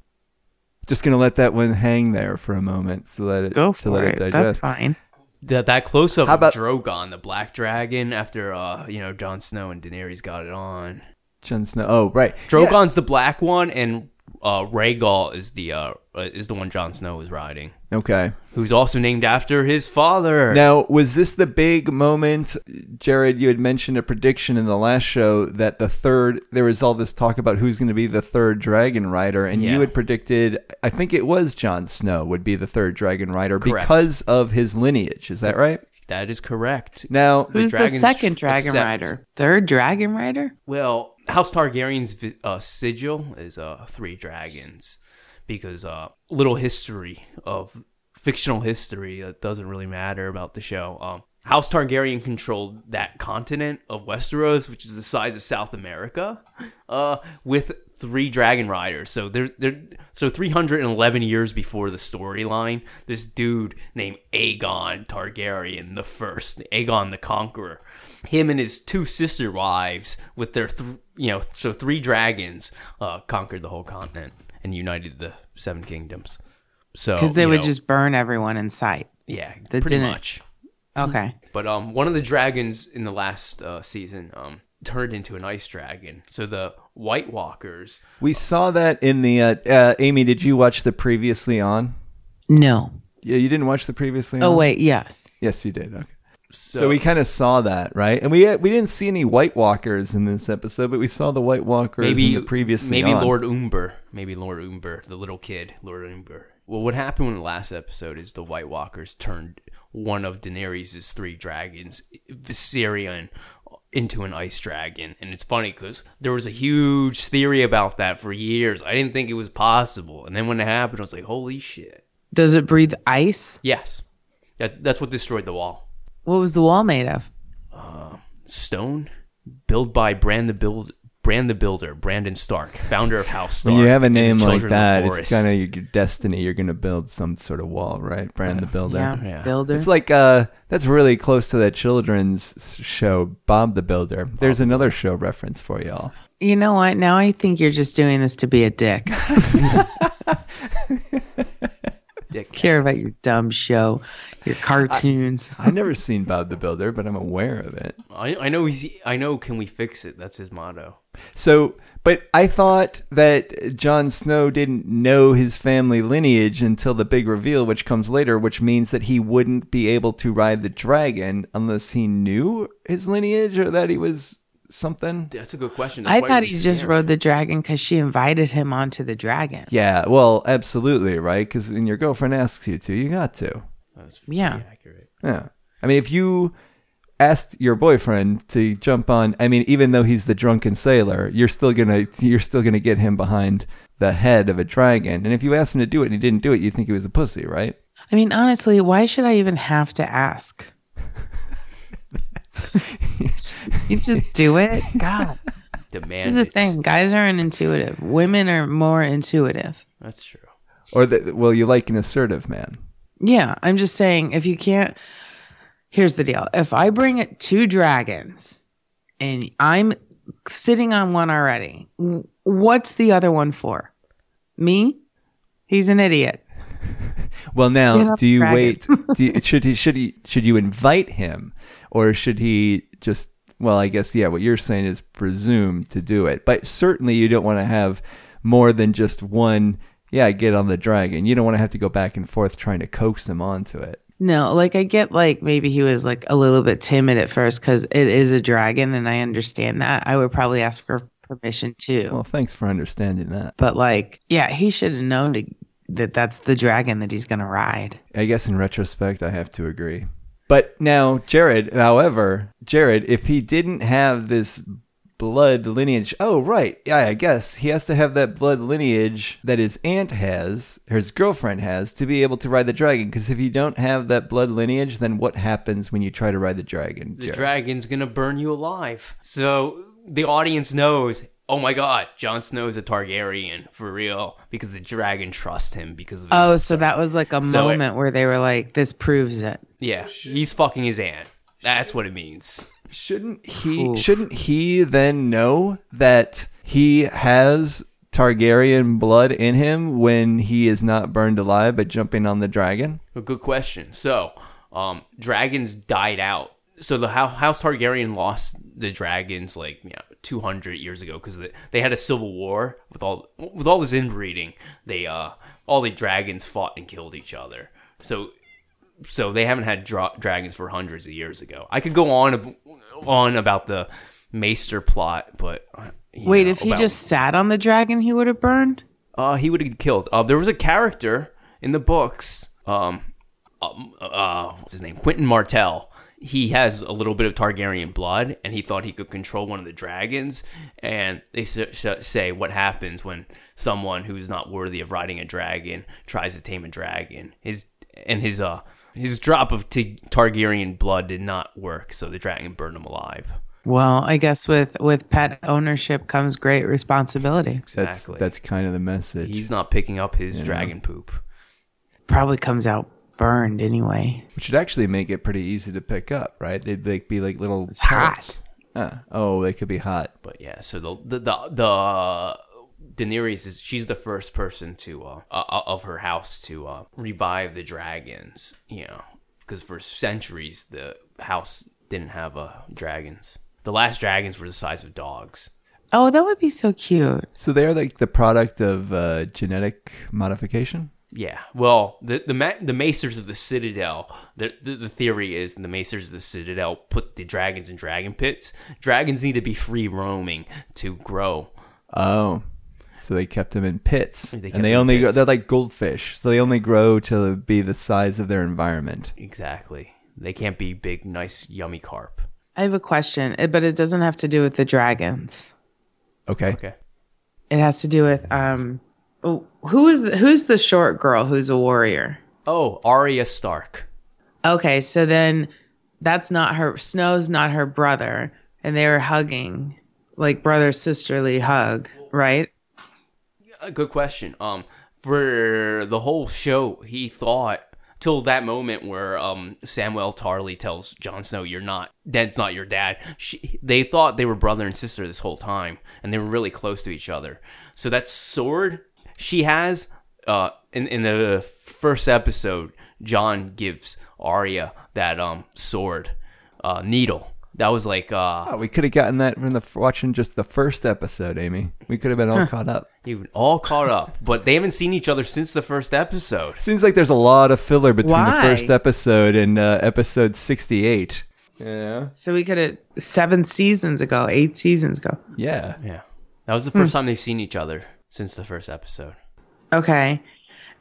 Speaker 3: Just gonna let that one hang there for a moment to let it
Speaker 4: Go
Speaker 3: to
Speaker 4: for
Speaker 3: let
Speaker 4: it.
Speaker 3: it,
Speaker 4: That's
Speaker 3: digest.
Speaker 4: fine.
Speaker 5: That that close up
Speaker 3: How about-
Speaker 5: of Drogon, the Black Dragon, after uh, you know, Jon Snow and Daenerys got it on.
Speaker 3: Jon Snow. Oh right,
Speaker 5: Drogon's the black one, and uh, Rhaegal is the uh, uh, is the one Jon Snow is riding,
Speaker 3: Okay.
Speaker 5: who's also named after his father.
Speaker 3: Now, was this the big moment, Jared? You had mentioned a prediction in the last show that the third, there was all this talk about who's going to be the third dragon rider, and
Speaker 5: Yeah.
Speaker 3: you had predicted, I think it was Jon Snow would be the third dragon rider
Speaker 5: Correct.
Speaker 3: because of his lineage. Is that right?
Speaker 5: That is correct.
Speaker 3: Now,
Speaker 4: Who's the,
Speaker 5: dragons
Speaker 4: second dragon
Speaker 5: accept-
Speaker 4: rider? Third dragon rider?
Speaker 5: Well, House Targaryen's vi- uh, sigil is uh, three dragons, because uh, little history of fictional history that doesn't really matter about the show. Um, House Targaryen controlled that continent of Westeros, which is the size of South America, uh, with three dragon riders. So they're, they're so 311 years before the storyline, this dude named Aegon Targaryen the First, Aegon the Conqueror, him and his two sister wives with their th- you know so three dragons uh, conquered the whole continent and united the seven kingdoms. So
Speaker 4: Because they
Speaker 5: Oh, you
Speaker 4: would
Speaker 5: know,
Speaker 4: just burn everyone in sight.
Speaker 5: yeah,
Speaker 4: That
Speaker 5: pretty
Speaker 4: didn't-
Speaker 5: much.
Speaker 4: Okay.
Speaker 5: But um, one of the dragons in the last uh, season um turned into an ice dragon. So the White Walkers
Speaker 3: we saw that in the. Uh, uh, Amy, did you watch the previously on?
Speaker 4: No.
Speaker 3: Yeah, you didn't watch the previously on?
Speaker 4: Oh wait, yes.
Speaker 3: Yes, you did. Okay.
Speaker 5: so,
Speaker 3: So, we kind of saw that, right? And we uh, we didn't see any White Walkers in this episode, but we saw the White Walkers
Speaker 5: maybe
Speaker 3: in the previously
Speaker 5: maybe
Speaker 3: on.
Speaker 5: Lord Umber, maybe Lord Umber, the little kid, Lord Umber. Well, what happened in the last episode is the White Walkers turned one of Daenerys' three dragons, Viserion, into an ice dragon, and it's funny because there was a huge theory about that for years. I didn't think it was possible, and then when it happened, I was like, "Holy shit!"
Speaker 4: Does it breathe ice?
Speaker 5: Yes, that, that's what destroyed the wall.
Speaker 4: What was the wall made of?
Speaker 5: Stone, built by Brand the Build, Brand the Builder, Brandon Stark, founder of House Stark.
Speaker 3: When you have a
Speaker 5: and the
Speaker 3: name like
Speaker 5: Children of the
Speaker 3: that, it's
Speaker 5: Forest.
Speaker 3: kind of your destiny. You're going to build some sort of wall, right? Brand the Builder.
Speaker 4: Yeah.
Speaker 5: Yeah.
Speaker 4: Builder.
Speaker 3: It's like uh, that's really close to that children's s- show, Bob the Builder.
Speaker 5: Oh.
Speaker 3: There's another show reference for y'all.
Speaker 4: you know what? Now I think you're just doing this to be a dick.
Speaker 5: Dick.
Speaker 4: Care about your dumb show, your cartoons.
Speaker 3: I've never seen Bob the Builder, but I'm aware of it.
Speaker 5: I, I know he's. I know. Can we fix it? That's his motto.
Speaker 3: So, but I thought that Jon Snow didn't know his family lineage until the big reveal, which comes later, which means that he wouldn't be able to ride the dragon unless he knew his lineage or that he was something.
Speaker 5: That's a good question. That's
Speaker 4: I
Speaker 5: why
Speaker 4: thought
Speaker 5: he's
Speaker 4: he just
Speaker 5: scared.
Speaker 4: rode the dragon because she invited him onto the dragon.
Speaker 3: Yeah, well, absolutely, right? Because when your girlfriend asks you to, you got to.
Speaker 5: That's
Speaker 4: Yeah.
Speaker 5: pretty accurate.
Speaker 3: Yeah. I mean, if you asked your boyfriend to jump on, I mean, even though he's the drunken sailor, you're still gonna you're still gonna get him behind the head of a dragon. And if you asked him to do it and he didn't do it, you think he was a pussy, right?
Speaker 4: I mean, honestly, why should I even have to ask? you just do it. God,
Speaker 5: Demand.
Speaker 4: this is the
Speaker 5: it.
Speaker 4: thing. Guys aren't intuitive. Women are more intuitive.
Speaker 5: That's true.
Speaker 3: Or that well, you like an assertive man.
Speaker 4: Yeah, I'm just saying if you can't here's the deal. If I bring it two dragons and I'm sitting on one already, w- what's the other one for? Me? He's an idiot.
Speaker 3: Well,
Speaker 4: Get
Speaker 3: now
Speaker 4: off
Speaker 3: do you
Speaker 4: dragon.
Speaker 3: wait? Do you, should he should he should you invite him, or should he just? Well, I guess yeah. What you're saying is presume to do it, but certainly you don't want to have more than just one. Yeah, get on the dragon. You don't want to have to go back and forth trying to coax him onto it.
Speaker 4: No, like I get like maybe he was like a little bit timid at first cuz it is a dragon and I understand that. I would probably ask for permission too.
Speaker 3: Well, thanks for understanding that.
Speaker 4: but like, yeah, he should have known to, that that's the dragon that he's going to ride.
Speaker 3: I guess in retrospect, I have to agree. But now, Jared, however, Jared, if he didn't have this blood lineage, oh, right. Yeah, I guess he has to have that blood lineage that his aunt has, or his girlfriend has, to be able to ride the dragon. Because if you don't have that blood lineage, then what happens when you try to ride the dragon?
Speaker 5: The
Speaker 3: Jared?
Speaker 5: dragon's gonna burn you alive. So the audience knows. Oh my God, Jon Snow is a Targaryen for real because the dragon trusts him because of the,
Speaker 4: Oh, so that was like a
Speaker 5: So it-
Speaker 4: moment where they were like, this proves it.
Speaker 5: yeah, he's fucking his aunt. That's what it means.
Speaker 3: Shouldn't he? Shouldn't he then know that he has Targaryen blood in him when he is not burned alive by jumping on the dragon?
Speaker 5: A good question. So, um, dragons died out. So the Hou- House Targaryen lost the dragons like you know, 200 years ago because they, they had a civil war with all with all this inbreeding. They uh all the dragons fought and killed each other. So so they haven't had dra- dragons for hundreds of years ago. I could go on ab- on about the Maester plot, but uh, you
Speaker 4: Wait,
Speaker 5: know,
Speaker 4: if he
Speaker 5: about-
Speaker 4: just sat on the dragon, he would have burned.
Speaker 5: uh, he would have killed. Uh, there was a character in the books. Um, um, uh, what's his name? Quentin Martell. He has a little bit of Targaryen blood, and he thought he could control one of the dragons. And they s- s- say what happens when someone who's not worthy of riding a dragon tries to tame a dragon. His and his uh his drop of t- Targaryen blood did not work, so the dragon burned him alive.
Speaker 4: Well, I guess with with pet ownership comes great responsibility.
Speaker 3: That's
Speaker 5: Exactly.
Speaker 3: that's kind of the message.
Speaker 5: He's not picking up his dragon poop.
Speaker 4: Probably comes out burned anyway.
Speaker 3: which would actually make it pretty easy to pick up, right? They'd like be like little
Speaker 4: It's hot.
Speaker 3: pellets. Uh, oh, they could be hot.
Speaker 5: But yeah, so the the the, the Daenerys is she's the first person to uh, uh of her house to uh revive the dragons, you know, because for centuries the house didn't have uh dragons. The last dragons were the size of dogs.
Speaker 4: Oh, that would be so cute.
Speaker 3: So they are like the product of uh, genetic modification.
Speaker 5: Yeah. Well, the the ma- the Macers of the Citadel. The, the the theory is the Macers of the Citadel put the dragons in dragon pits. Dragons need to be free roaming to grow.
Speaker 3: Oh, so they kept them in pits,
Speaker 5: They kept
Speaker 3: and they
Speaker 5: them in
Speaker 3: only grow,
Speaker 5: pits.
Speaker 3: they're like goldfish, so they only grow to be the size of their environment.
Speaker 5: Exactly. They can't be big, nice, yummy carp.
Speaker 4: I have a question, eh, but it doesn't have to do with the dragons.
Speaker 3: Okay.
Speaker 5: Okay.
Speaker 4: It has to do with um, oh, who is who's the short girl who's a warrior?
Speaker 5: Oh, Arya Stark.
Speaker 4: Okay, so then that's not her. Snow's not her brother, and they were hugging, like brother sisterly hug, right?
Speaker 5: A good question. Um, for the whole show, he thought till that moment where um Samuel Tarly tells Jon Snow, "You're not. That's not your dad." She, they thought they were brother and sister this whole time, and they were really close to each other. So that sword she has, uh, in in the first episode, John gives Arya that um sword, uh, needle. That was like uh
Speaker 3: Oh, we could have gotten that from the watching just the first episode, Amy. We could have been all caught up.
Speaker 5: You all caught up, but they haven't seen each other since the first episode.
Speaker 3: Seems like there's a lot of filler between
Speaker 4: Why?
Speaker 3: the first episode and uh, episode 68. Yeah.
Speaker 4: So we could have seven seasons ago, eight seasons ago.
Speaker 3: Yeah.
Speaker 5: Yeah. That was the first time they've seen each other since the first episode.
Speaker 4: Okay.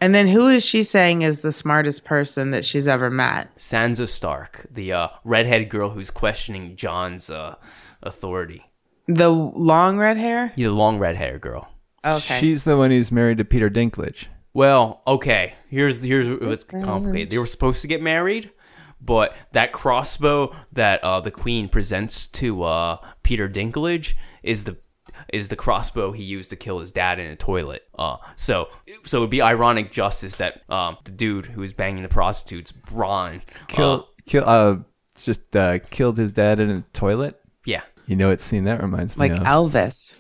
Speaker 4: And then who is she saying is the smartest person that she's ever met?
Speaker 5: Sansa Stark, the uh, redhead girl who's questioning John's uh, authority.
Speaker 4: The long red hair?
Speaker 5: Yeah, The long red hair girl.
Speaker 4: Okay.
Speaker 3: She's the one who's married to Peter Dinklage.
Speaker 5: Well, okay. Here's here's what's complicated. They were supposed to get married, but that crossbow that uh, the queen presents to uh, Peter Dinklage is the is the crossbow he used to kill his dad in a toilet. Uh, so so it'd be ironic justice that um, the dude who was banging the prostitutes, Bron, uh,
Speaker 3: Kill, kill, uh, just uh, killed his dad in a toilet.
Speaker 5: yeah,
Speaker 3: You know what scene that reminds me
Speaker 4: like
Speaker 3: of?
Speaker 4: Elvis.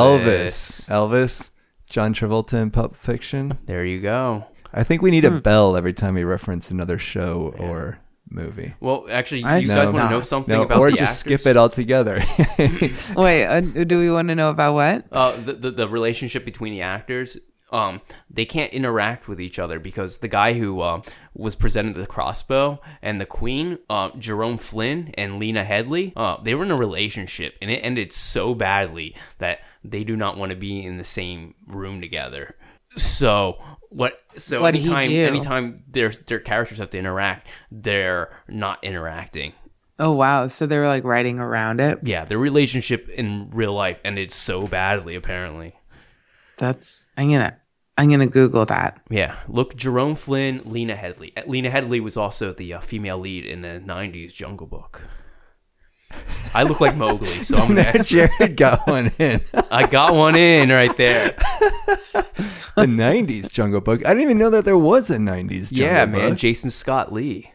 Speaker 3: Elvis. Elvis. John Travolta in Pulp Fiction.
Speaker 5: There you go.
Speaker 3: I think we need
Speaker 5: Hmm.
Speaker 3: a bell every time we reference another show or movie.
Speaker 5: Well, actually,
Speaker 4: I
Speaker 5: you
Speaker 4: just
Speaker 5: guys want
Speaker 4: don't.
Speaker 5: to know something
Speaker 3: No,
Speaker 5: about
Speaker 3: or
Speaker 5: the
Speaker 3: just
Speaker 5: actors?
Speaker 3: skip it altogether.
Speaker 4: Wait, uh, do we want to know about what?
Speaker 5: uh, the, the the relationship between the actors. Um, they can't interact with each other because the guy who uh, was presented the crossbow and the queen, uh, Jerome Flynn and Lena Headley, uh, they were in a relationship and it ended so badly that they do not want to be in the same room together. So what? So
Speaker 4: What'd he
Speaker 5: anytime,
Speaker 4: do?
Speaker 5: anytime their their characters have to interact, they're not interacting.
Speaker 4: Oh, wow. So they were like writing around it.
Speaker 5: Yeah, their relationship in real life ended so badly. Apparently,
Speaker 4: That's, I'm going to, I'm going to Google that.
Speaker 5: Yeah, look, Jerome Flynn, Lena Headley. Uh, Lena Headley was also the uh, female lead in the '90s Jungle Book. I look like Mowgli, so I'm an expert.
Speaker 3: Jared got one in.
Speaker 5: I got one in right there.
Speaker 3: the 90s Jungle Book. I didn't even know that there was a 90s Jungle
Speaker 5: yeah, man,
Speaker 3: Book.
Speaker 5: Jason Scott Lee.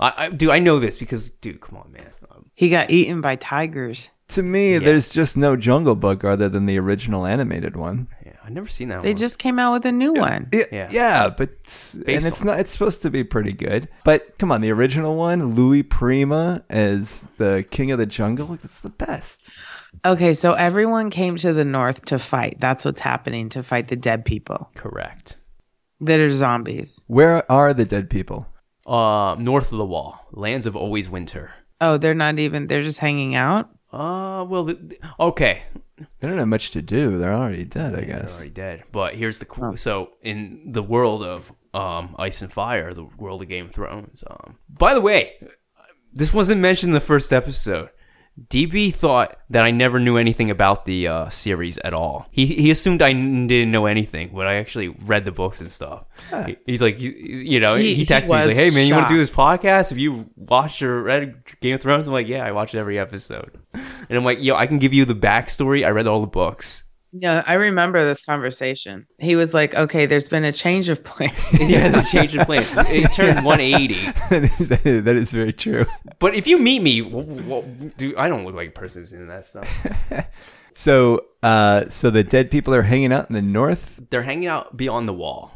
Speaker 5: I, I do. I know this because, dude, come on, man. Um,
Speaker 4: He got eaten by tigers.
Speaker 3: To me, there's just no Jungle Book other than the original animated one.
Speaker 5: yeah, I've never seen that
Speaker 4: They
Speaker 5: one.
Speaker 4: just came out with a new one.
Speaker 3: yeah,
Speaker 5: Yeah.
Speaker 3: but and it's not. It's supposed to be pretty good. But come on, the original one, Louis Prima as the king of the jungle. That's the best.
Speaker 4: Okay, so everyone came to the north to fight. That's what's happening to fight the dead people
Speaker 5: Correct.
Speaker 4: that are zombies.
Speaker 3: Where are the dead people?
Speaker 5: Uh, north of the wall, lands of always winter.
Speaker 4: Oh, they're not even, they're just hanging out.
Speaker 5: Uh, well, th- th- okay,
Speaker 3: They don't have much to do. They're already dead, I
Speaker 5: they're
Speaker 3: guess.
Speaker 5: already dead. But here's the cool. So in the world of um ice and fire, the world of Game of Thrones. Um, by the way, this wasn't mentioned in the first episode. DB thought that I never knew anything about the uh, series at all. He he assumed I n- didn't know anything, but I actually read the books and stuff. He- He's like, you, you know,
Speaker 4: He-
Speaker 5: he,
Speaker 4: he
Speaker 5: texts me he's
Speaker 4: was
Speaker 5: like, "Hey man, you want to do
Speaker 4: shocked.
Speaker 5: this podcast? Have you watched or read Game of Thrones?" I'm like, "Yeah, I watched every episode," and I'm like, "Yo, I can give you the backstory. I read all the books."
Speaker 4: Yeah, I remember this conversation. He was like, okay, there's been a change of plan.
Speaker 5: yeah, they changed the plans. It turned 180.
Speaker 3: that is- that is very true.
Speaker 5: But if you meet me, wh- wh- do I don't look like a person who's into that stuff.
Speaker 3: So, uh, so the dead people are hanging out in the north.
Speaker 5: They're hanging out beyond the wall.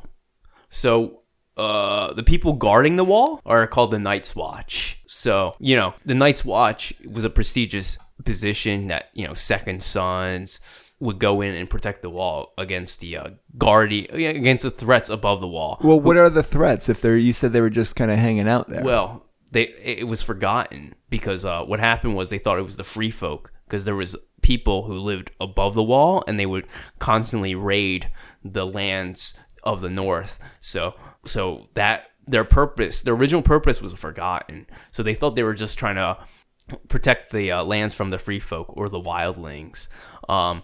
Speaker 5: So uh, the people guarding the wall are called the Night's Watch. So you know, the Night's Watch was a prestigious position that you know second sons would go in and protect the wall against the uh, guardi against the threats above the wall.
Speaker 3: Well, what are the threats? If they're you said they were just kind of hanging out there.
Speaker 5: Well, they it it was forgotten because uh, what happened was they thought it was the free folk because there was people who lived above the wall and they would constantly raid the lands of the north. So so that their purpose, their original purpose was forgotten. So they thought they were just trying to protect the uh, lands from the free folk or the wildlings. Um,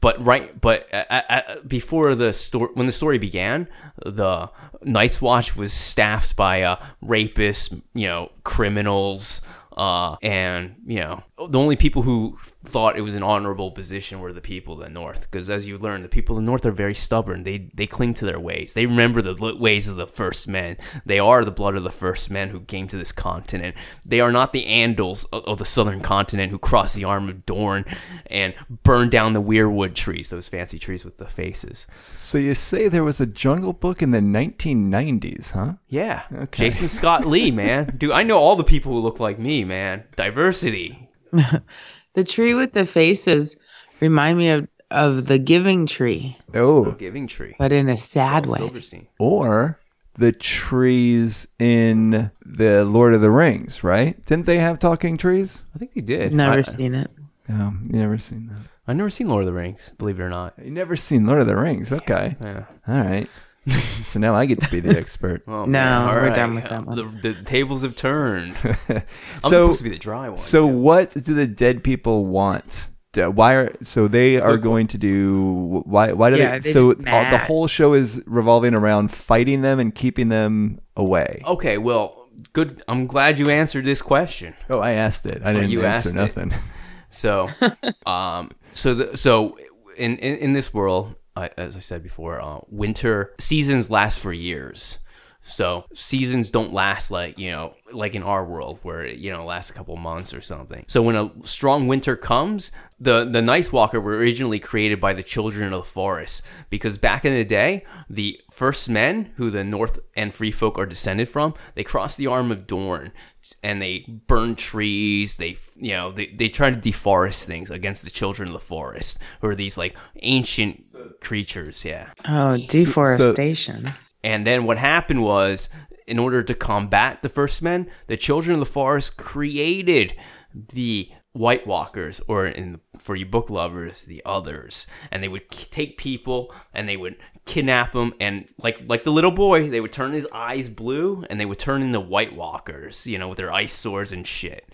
Speaker 5: but right, but a a- before the story, when the story began, the Night's Watch was staffed by uh, rapists, you know, criminals, uh, and you know, the only people who thought it was an honorable position were the people of the North, because as you learn, the people of the North are very stubborn. They they cling to their ways. They remember the l- ways of the first men. They are the blood of the first men who came to this continent. They are not the Andals of, of the southern continent who crossed the arm of Dorne and burned down the weirwood trees, those fancy trees with the faces.
Speaker 3: so you say there was a Jungle Book in the 1990s, huh?
Speaker 5: Yeah,
Speaker 3: Okay.
Speaker 5: Jason Scott Lee, man, dude, I know all the people who look like me, man. Diversity.
Speaker 4: the tree with the faces remind me of, of the giving tree,
Speaker 3: Oh,
Speaker 5: Giving tree.
Speaker 4: but in a sad
Speaker 5: Oh,
Speaker 4: way.
Speaker 5: Silverstein.
Speaker 3: or the trees in the Lord of the Rings, right? Didn't they have talking trees?
Speaker 5: I think they did.
Speaker 4: Never
Speaker 5: I,
Speaker 4: seen it.
Speaker 3: No, you never seen that.
Speaker 5: I've never seen Lord of the Rings, believe it or not.
Speaker 3: You never seen Lord of the Rings? Okay,
Speaker 5: Yeah.
Speaker 3: all right. so now I get to be the expert.
Speaker 5: Oh,
Speaker 4: No,
Speaker 5: man. All
Speaker 4: we're
Speaker 5: right.
Speaker 4: done with that one.
Speaker 5: The, the tables have turned. I'm
Speaker 3: so
Speaker 5: supposed to be the dry one.
Speaker 3: so what do the dead people want? D- Why are so they are going to do why why do
Speaker 4: Yeah,
Speaker 3: they
Speaker 4: they're
Speaker 3: so
Speaker 4: just
Speaker 3: all- the
Speaker 4: mad.
Speaker 3: whole show is revolving around fighting them and keeping them away. Oh,
Speaker 5: okay, well, good. I'm glad you answered this question.
Speaker 3: Oh, I asked it. I didn't
Speaker 5: Oh, you
Speaker 3: answer
Speaker 5: asked it.
Speaker 3: nothing.
Speaker 5: So, um, so the, so in, in in this world, I, as I said before, uh, winter seasons last for years. So seasons don't last like you know, like in our world where it, you know lasts a couple months or something. So when a strong winter comes, the the Nice Walker were originally created by the children of the forest because back in the day, the first men who the North and Free Folk are descended from, they crossed the arm of Dorne and they burn trees. They, you know, they, they try to deforest things against the children of the forest, who are these like ancient creatures. Yeah.
Speaker 4: Oh, deforestation.
Speaker 5: And then what happened was, in order to combat the First Men, the children of the forest created the White Walkers, or in for you book lovers, the others, and they would k- take people and they would kidnap them, and like like the little boy, they would turn his eyes blue, and they would turn into White Walkers, you know, with their ice swords and shit.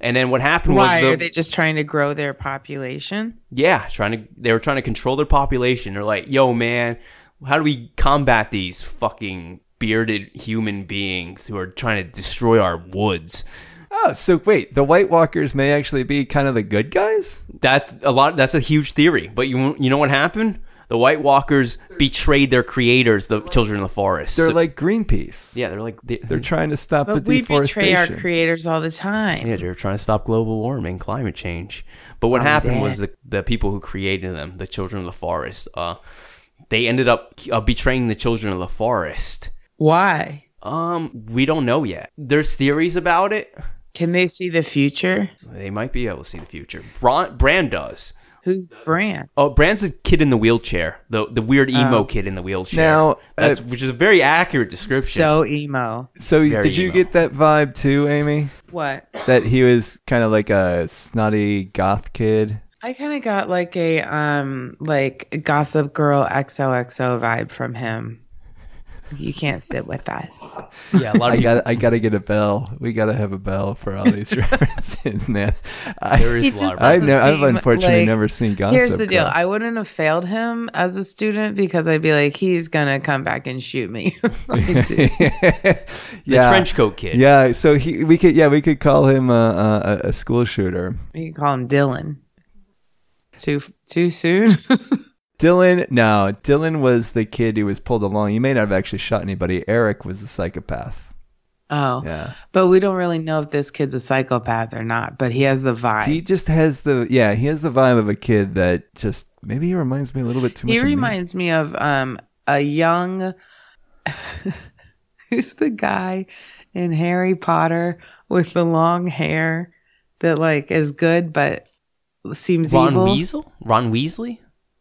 Speaker 5: And then what happened
Speaker 4: Why
Speaker 5: was the,
Speaker 4: are they just trying to grow their population?
Speaker 5: yeah, trying to they were trying to control their population. They're like, "Yo, man, how do we combat these fucking bearded human beings who are trying to destroy our woods?"
Speaker 3: Oh, so wait, the White Walkers may actually be kind of the good guys?
Speaker 5: That a lot that's a huge theory, but you you know what happened? The White Walkers betrayed their creators, the children of the forest.
Speaker 3: They're
Speaker 5: So-
Speaker 3: like Greenpeace.
Speaker 5: yeah, they're like they,
Speaker 3: They're trying to stop
Speaker 4: But
Speaker 3: the
Speaker 4: we betray
Speaker 3: deforestation.
Speaker 4: our creators all the time.
Speaker 5: Yeah, they were trying to stop global warming, climate change. But what happened was the, the people who created them, the children of the forest, uh, they ended up uh, betraying the children of the forest.
Speaker 4: Why?
Speaker 5: Um, we don't know yet. There's theories about it.
Speaker 4: Can they see the future?
Speaker 5: They might be able to see the future. Bron- Bran does.
Speaker 4: Who's Bran?
Speaker 5: Oh, Bran's the kid in the wheelchair, the the weird emo kid in the wheelchair.
Speaker 3: Oh. Now, uh,
Speaker 5: that's which is a very accurate description.
Speaker 4: So emo.
Speaker 3: So
Speaker 5: It's very
Speaker 3: did you
Speaker 5: emo.
Speaker 3: get that vibe too, Amy?
Speaker 4: What?
Speaker 3: That he was kind of like a snotty goth kid.
Speaker 4: I kind of got like a um like gossip girl XOXO vibe from him. You can't sit with us.
Speaker 5: yeah, a lot
Speaker 3: I
Speaker 5: of people,
Speaker 3: got I gotta get a bell. We gotta have a bell for all these references, man. I,
Speaker 5: there is
Speaker 4: He
Speaker 5: a lot
Speaker 4: just
Speaker 5: of
Speaker 3: I've,
Speaker 4: doesn't
Speaker 3: ne- I've
Speaker 4: seem
Speaker 3: unfortunately
Speaker 4: like-
Speaker 3: never seen Gossip.
Speaker 4: Here's the deal.
Speaker 3: Girl.
Speaker 4: I wouldn't have failed him as a student because I'd be like, he's gonna come back and shoot me. Like, dude,
Speaker 5: the trench coat kid.
Speaker 3: Yeah, so he we could yeah we could call him a, a, a school shooter.
Speaker 4: you can call him Dylan. Too too soon.
Speaker 3: Dylan, no, Dylan was the kid who was pulled along. You may not have actually shot anybody. Eric was the psychopath.
Speaker 4: oh,
Speaker 3: Yeah,
Speaker 4: but we don't really know if this kid's a psychopath or not. But he has the vibe.
Speaker 3: he just has the yeah he has the vibe of a kid that just maybe he reminds me a little bit too much.
Speaker 4: He
Speaker 3: of me.
Speaker 4: reminds me of um a young who's the guy in Harry Potter with the long hair that like is good but seems
Speaker 5: Ron
Speaker 4: evil.
Speaker 5: Weasel, Ron Weasley.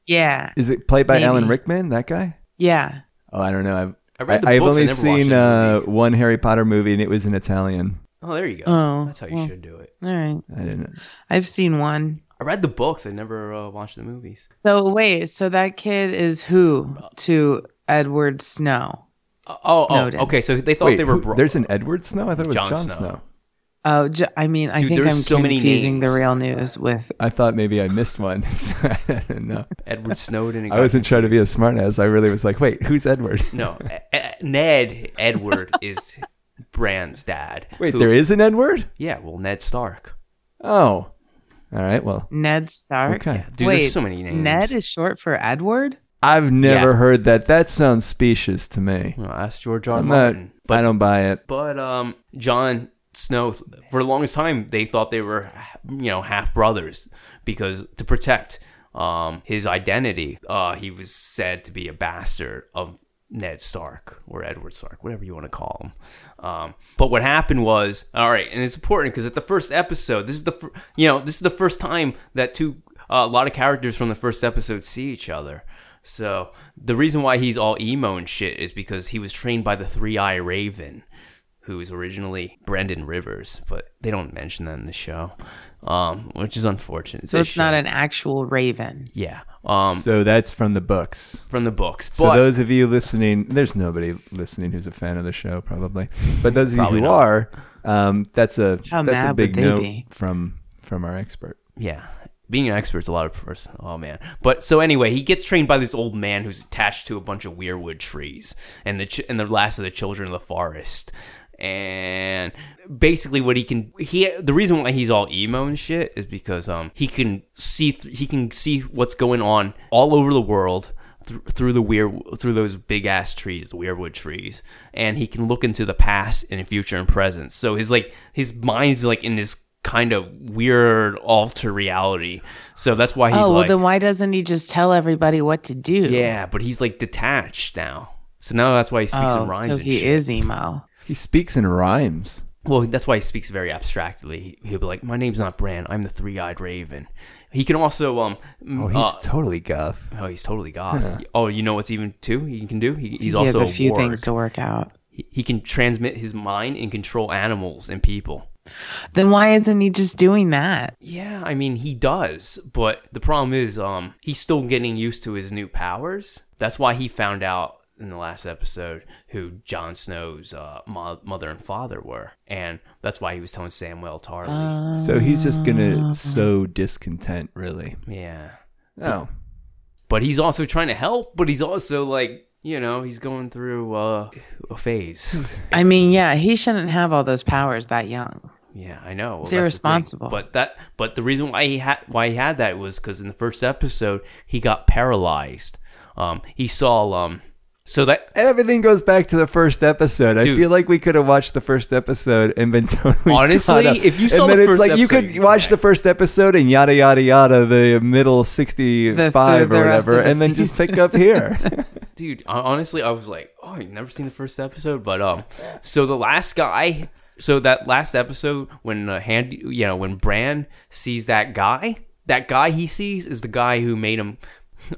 Speaker 4: Yeah.
Speaker 3: Is it played by Alan
Speaker 4: Maybe.
Speaker 3: Rickman? That guy?
Speaker 4: Yeah.
Speaker 3: Oh, I don't know. I've
Speaker 5: I read the
Speaker 3: have
Speaker 5: books, I
Speaker 3: only
Speaker 5: never watched
Speaker 3: seen
Speaker 5: the
Speaker 3: uh,
Speaker 5: movie.
Speaker 3: one Harry Potter movie, and it was in Italian.
Speaker 5: Oh, there you go.
Speaker 4: Oh,
Speaker 5: that's how you
Speaker 4: well.
Speaker 5: should do it.
Speaker 4: All right.
Speaker 3: I didn't.
Speaker 4: I've seen one.
Speaker 5: I read the books. I never uh, watched the movies.
Speaker 4: So wait, so that kid is who to Edward Snow?
Speaker 5: Oh, oh,
Speaker 4: Snowden.
Speaker 5: okay. So they thought
Speaker 3: Wait,
Speaker 5: they were
Speaker 3: who-
Speaker 5: bro-
Speaker 3: there's an Edward Snow. I thought it was
Speaker 5: Jon
Speaker 3: Jon,
Speaker 5: Snow.
Speaker 3: Snow.
Speaker 4: Oh, j- I mean, I
Speaker 5: Dude,
Speaker 4: think I'm
Speaker 5: there's so many
Speaker 4: confusing the
Speaker 5: names.
Speaker 4: real news with
Speaker 3: I thought maybe I missed one. So I don't know.
Speaker 5: Edward Snowden. and
Speaker 3: I
Speaker 5: got
Speaker 3: wasn't trying to be a
Speaker 5: confused.
Speaker 3: smartass. I really was like, wait, who's Edward?
Speaker 5: No, E- E- Ned Edward is Bran's dad.
Speaker 3: Wait,
Speaker 5: who-
Speaker 3: there is an Edward?
Speaker 5: Yeah, well, Ned Stark.
Speaker 3: Oh. All right. Well,
Speaker 4: Ned Stark.
Speaker 3: okay.
Speaker 5: Dude,
Speaker 4: Wait,
Speaker 5: there's so many names.
Speaker 4: Ned is short for Edward.
Speaker 3: I've never
Speaker 5: Yeah.
Speaker 3: heard that. That sounds specious to me.
Speaker 5: Well, that's George R. R.
Speaker 3: I'm
Speaker 5: Martin.
Speaker 3: not,
Speaker 5: but
Speaker 3: I don't buy it.
Speaker 5: but um, John Snow for the longest time they thought they were you know half brothers because to protect um his identity uh he was said to be a bastard of Ned Stark or Edward Stark whatever you want to call him um but what happened was all right and it's important because at the first episode this is the fir- you know this is the first time that two uh, a lot of characters from the first episode see each other so the reason why he's all emo and shit is because he was trained by the Three Eye Raven, who is originally Brendan Rivers, but they don't mention that in the show, um, which is unfortunate.
Speaker 4: So
Speaker 5: a
Speaker 4: it's not
Speaker 5: shame.
Speaker 4: an actual raven.
Speaker 5: yeah um,
Speaker 3: so that's from the books.
Speaker 5: from the books.
Speaker 3: So
Speaker 5: but
Speaker 3: those of you listening, there's nobody listening who's a fan of the show, probably. But those of you
Speaker 5: Probably
Speaker 3: who
Speaker 5: not.
Speaker 3: are, um, that's a
Speaker 4: How
Speaker 3: that's
Speaker 4: mad
Speaker 3: a
Speaker 4: would
Speaker 3: big
Speaker 4: they
Speaker 3: note
Speaker 4: be?
Speaker 3: from from our expert.
Speaker 5: yeah, being an expert's a lot of person. Oh man! But so anyway, he gets trained by this old man who's attached to a bunch of weirwood trees and the ch- and the last of the children of the forest. And basically, what he can he the reason why he's all emo and shit is because um he can see th- he can see what's going on all over the world. thr- Through the weird, through those big ass trees, the weirwood trees, and he can look into the past and future and present. So his like his mind's like in this kind of weird alter reality. So that's why he's
Speaker 4: oh well,
Speaker 5: like,
Speaker 4: then why doesn't he just tell everybody what to do?
Speaker 5: yeah, but he's like detached now. So now that's why he speaks in
Speaker 4: Oh,
Speaker 5: rhymes
Speaker 4: so
Speaker 5: and
Speaker 4: he
Speaker 5: shit.
Speaker 4: is emo.
Speaker 3: He speaks in rhymes.
Speaker 5: Well, that's why he speaks very abstractly. He'll be like, "My name's not Bran. I'm the three-eyed Raven." He can also um.
Speaker 3: Oh, he's totally goth.
Speaker 5: oh, he's totally goth. Oh, you know what's even too he can do? He, he's
Speaker 4: he
Speaker 5: also
Speaker 4: has a few
Speaker 5: warg.
Speaker 4: things to work out.
Speaker 5: He- He can transmit his mind and control animals and people.
Speaker 4: Then why isn't he just doing that?
Speaker 5: Yeah, I mean he does, but the problem is um he's still getting used to his new powers. That's why he found out in the last episode who Jon Snow's uh, mo- mother and father were, and that's why he was telling Samuel Tarly.
Speaker 4: Uh.
Speaker 3: So he's just gonna sow discontent, really.
Speaker 5: yeah,
Speaker 3: Oh,
Speaker 5: but he's also trying to help, but he's also like you know he's going through uh, a phase.
Speaker 4: I mean, yeah, he shouldn't have all those powers that young.
Speaker 5: Yeah, I know. Well,
Speaker 4: It's
Speaker 5: that's the thing.
Speaker 4: irresponsible.
Speaker 5: But that, but the reason why he had why he had that was because in the first episode he got paralyzed. Um, he saw um, so that
Speaker 3: everything goes back to the first episode.
Speaker 5: Dude.
Speaker 3: I feel like we could have watched the first episode and been totally
Speaker 5: Honestly,
Speaker 3: caught up.
Speaker 5: if you
Speaker 3: And
Speaker 5: saw
Speaker 3: then
Speaker 5: the
Speaker 3: it's
Speaker 5: first
Speaker 3: like you
Speaker 5: episode,
Speaker 3: could
Speaker 5: you
Speaker 3: watch
Speaker 5: can
Speaker 3: the first episode and yada yada yada the middle sixty
Speaker 4: The-
Speaker 3: five
Speaker 4: the- the
Speaker 3: or
Speaker 4: rest
Speaker 3: whatever,
Speaker 4: of the
Speaker 3: and then just pick up here.
Speaker 5: dude, hon- honestly, I was like, oh, I've never seen the first episode, but um, so the last guy So that last episode, when uh, Handy, you know, when Bran sees that guy, that guy he sees is the guy who made him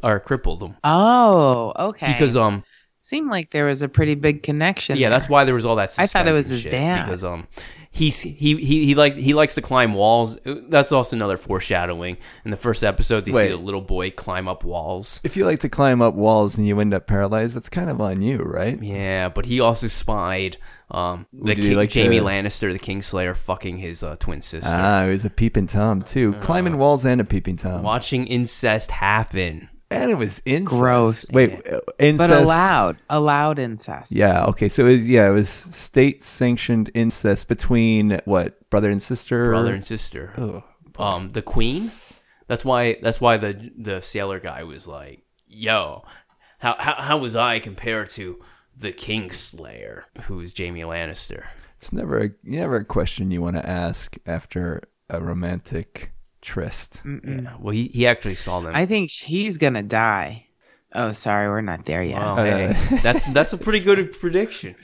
Speaker 5: or crippled him
Speaker 4: Oh, okay.
Speaker 5: because um
Speaker 4: seemed like there was a pretty big connection.
Speaker 5: yeah
Speaker 4: there.
Speaker 5: that's why there was all that.
Speaker 4: I thought it
Speaker 5: suspense
Speaker 4: was
Speaker 5: and
Speaker 4: his
Speaker 5: shit,
Speaker 4: dad.
Speaker 5: because um he's he he he likes he likes to climb walls. That's also another foreshadowing in the first episode. They
Speaker 3: Wait.
Speaker 5: see the little boy climb up walls.
Speaker 3: If you like to climb up walls and you end up paralyzed, that's kind of on you, right?
Speaker 5: Yeah, but he also spied um the
Speaker 3: Would you
Speaker 5: king,
Speaker 3: like
Speaker 5: Jamie
Speaker 3: to-
Speaker 5: Lannister, the Kingslayer, fucking his uh, twin sister.
Speaker 3: Ah, it was a peeping tom too,
Speaker 5: Uh,
Speaker 3: climbing walls and a peeping tom,
Speaker 5: Watching incest happen.
Speaker 3: and it was incest.
Speaker 4: Gross.
Speaker 3: Wait, uh, incest.
Speaker 4: but allowed, allowed incest.
Speaker 3: Yeah. Okay. So it was, yeah, it was state sanctioned incest between what brother and sister.
Speaker 5: brother and sister.
Speaker 4: Oh,
Speaker 5: um, the queen. That's why. That's why the the sailor guy was like, "Yo, how how, how was I compared to the Kingslayer, who's Jamie Lannister?"
Speaker 3: It's never a, never a question you want to ask after a romantic tryst.
Speaker 5: Yeah. Well, he, he actually saw them.
Speaker 4: I think he's gonna die. Oh, sorry, we're not there yet.
Speaker 5: Wow, Oh,
Speaker 4: Uh,
Speaker 5: hey, that's that's a pretty good prediction.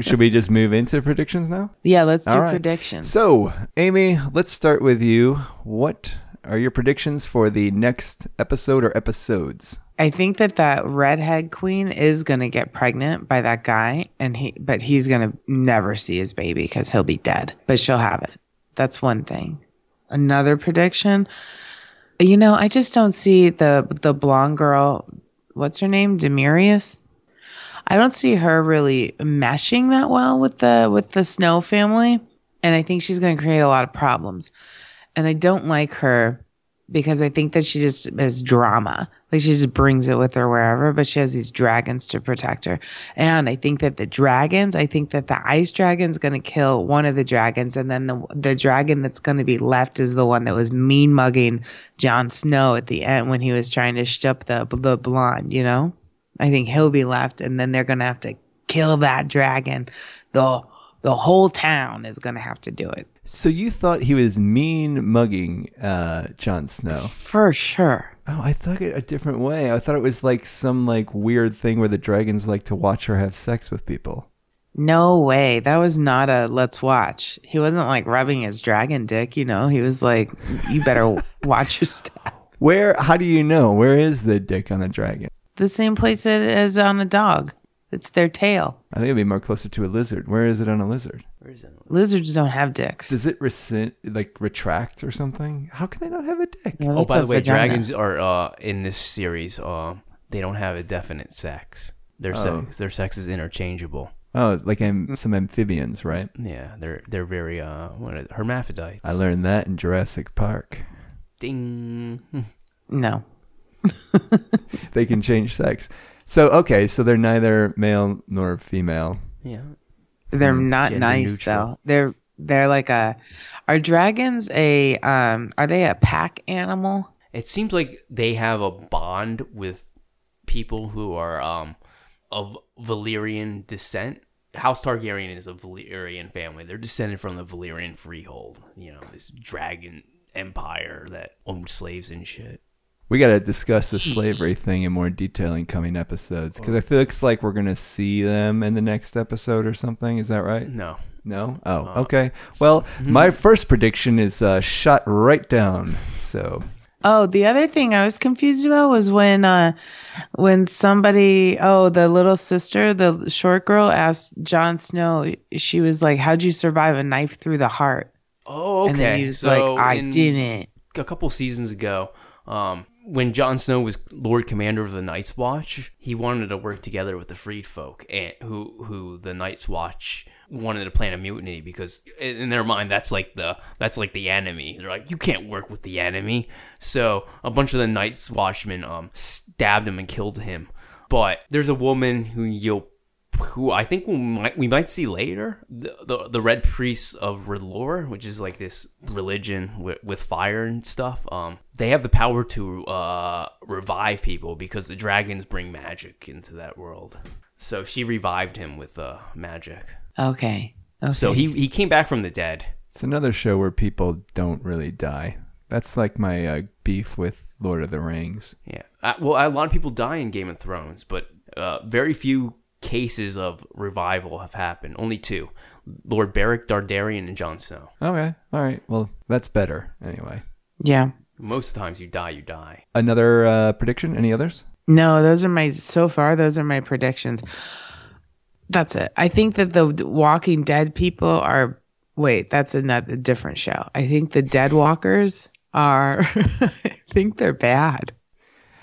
Speaker 3: Should we just move into predictions now?
Speaker 4: Yeah, let's do
Speaker 3: All right.
Speaker 4: predictions.
Speaker 3: So, Amy, let's start with you. What are your predictions for the next episode or episodes?
Speaker 4: I think that that redhead queen is gonna get pregnant by that guy, and he, but he's gonna never see his baby because he'll be dead. But she'll have it. That's one thing. Another prediction. You know, I just don't see the the blonde girl. What's her name? Demirius. I don't see her really meshing that well with the with the Snow family, and I think she's going to create a lot of problems. And I don't like her because I think that she just is drama. Like she just brings it with her wherever, but she has these dragons to protect her. And I think that the dragons, I think that the ice dragon's going to kill one of the dragons and then the the dragon that's going to be left is the one that was mean mugging Jon Snow at the end when he was trying to shtup the the blonde, you know? I think he'll be left, and then they're gonna have to kill that dragon. the The whole town is gonna have to do it
Speaker 3: So you thought he was mean mugging uh, Jon Snow?
Speaker 4: for sure.
Speaker 3: Oh, I thought it a different way. I thought it was like some like weird thing where the dragons like to watch her have sex with people.
Speaker 4: No way. That was not a let's watch. He wasn't like rubbing his dragon dick, you know. He was like, you better watch your step.
Speaker 3: Where? How do you know? Where is the dick on a dragon?
Speaker 4: The same place it is on a dog. It's their tail.
Speaker 3: I think it'd be more closer to a lizard. Where is it on a lizard?
Speaker 4: Lizards don't have dicks.
Speaker 3: Does it rescind, like retract or something? How can they not have a dick?
Speaker 4: No,
Speaker 5: Oh,
Speaker 4: that's
Speaker 5: by
Speaker 4: a
Speaker 5: the way,
Speaker 4: vagina.
Speaker 5: dragons are uh, in this series. Um, they don't have a definite sex. Their
Speaker 4: Oh.
Speaker 5: sex, their sex is interchangeable.
Speaker 3: Oh, like am some amphibians, right?
Speaker 5: Yeah, they're they're very uh, what are, hermaphrodites.
Speaker 3: I learned that in Jurassic Park.
Speaker 5: Ding.
Speaker 4: No.
Speaker 3: They can change sex. So okay, so they're neither male nor female.
Speaker 5: Yeah.
Speaker 4: They're not
Speaker 5: Mm, gender
Speaker 4: nice
Speaker 5: neutral.
Speaker 4: though. They're they're like a are dragons a um are they a pack animal?
Speaker 5: It seems like they have a bond with people who are um, of Valyrian descent. House Targaryen is a Valyrian family. They're descended from the Valyrian freehold, you know, this dragon empire that owned slaves and shit.
Speaker 3: We got to discuss the slavery thing in more detail in coming episodes because it looks like we're going to see them in the next episode or something. Is that right?
Speaker 5: No.
Speaker 3: No? Oh, okay. Well, my first prediction is uh, shot right down. So,
Speaker 4: Oh, the other thing I was confused about was when uh when somebody oh, the little sister, the short girl asked Jon Snow, she was like, How'd you survive a knife through the heart?
Speaker 5: Oh, okay.
Speaker 4: And then he was
Speaker 5: so
Speaker 4: like, I
Speaker 5: in-
Speaker 4: didn't.
Speaker 5: a couple seasons ago, um, when Jon Snow was Lord Commander of the Night's Watch, he wanted to work together with the Freed Folk, and who who the Night's Watch wanted to plan a mutiny because in in their mind that's like the that's like the enemy. They're like, you can't work with the enemy. So a bunch of the Night's Watchmen um stabbed him and killed him. But there's a woman who you'll who I think we might we might see later the the, the Red Priests of Rilor, which is like this religion with, with fire and stuff. Um, they have the power to uh revive people because the dragons bring magic into that world. So she revived him with uh magic.
Speaker 4: Okay. Oh, Okay.
Speaker 5: So he he came back from the dead.
Speaker 3: it's another show where people don't really die. That's like my uh, beef with Lord of the Rings.
Speaker 5: Yeah. Uh, well, a lot of people die in Game of Thrones, but uh, very few cases of revival have happened. Only two Lord Beric Dardarian and Jon Snow.
Speaker 3: Okay. All right. Well, that's better anyway.
Speaker 4: Yeah.
Speaker 5: Most times you die, you die.
Speaker 3: Another uh, prediction? Any others?
Speaker 4: No, those are my so far. Those are my predictions. That's it. I think that the Walking Dead people are. Wait, that's another different show. I think the Dead Walkers are. I think they're bad.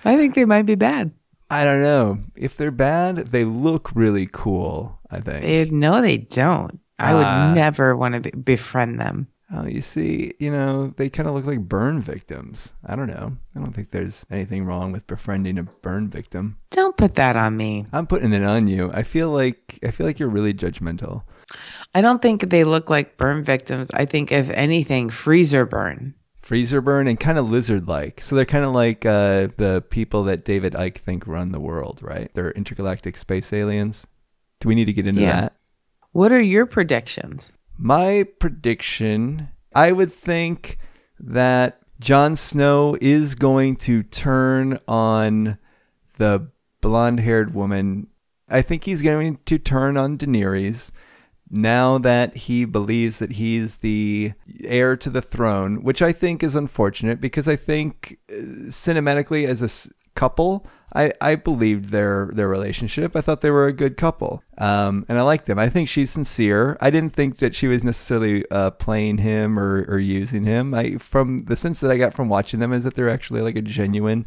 Speaker 4: I think they might be bad.
Speaker 3: I don't know. If they're bad, they look really cool. I think.
Speaker 4: They no, they don't. I would
Speaker 3: Ah.
Speaker 4: never want to be, befriend them.
Speaker 3: Oh, you see, you know, they kind of look like burn victims. I don't know. I don't think there's anything wrong with befriending a burn victim.
Speaker 4: Don't put that on me.
Speaker 3: I'm putting it on you. I feel like I feel like you're really judgmental.
Speaker 4: I don't think they look like burn victims. I think if anything, freezer burn.
Speaker 3: Freezer burn and kind of lizard like. So they're kind of like uh, the people that David Icke think run the world, right? They're intergalactic space aliens. Do we need to get into
Speaker 4: Yeah.
Speaker 3: that?
Speaker 4: What are your predictions?
Speaker 3: My prediction, I would think that Jon Snow is going to turn on the blonde-haired woman. I think he's going to turn on Daenerys now that he believes that he's the heir to the throne, which I think is unfortunate because I think uh, cinematically as a s- couple, I, I believed their their relationship. I thought they were a good couple, um, and I like them. I think she's sincere. I didn't think that she was necessarily uh, playing him or, or using him. I from the sense that I got from watching them is that they're actually like a genuine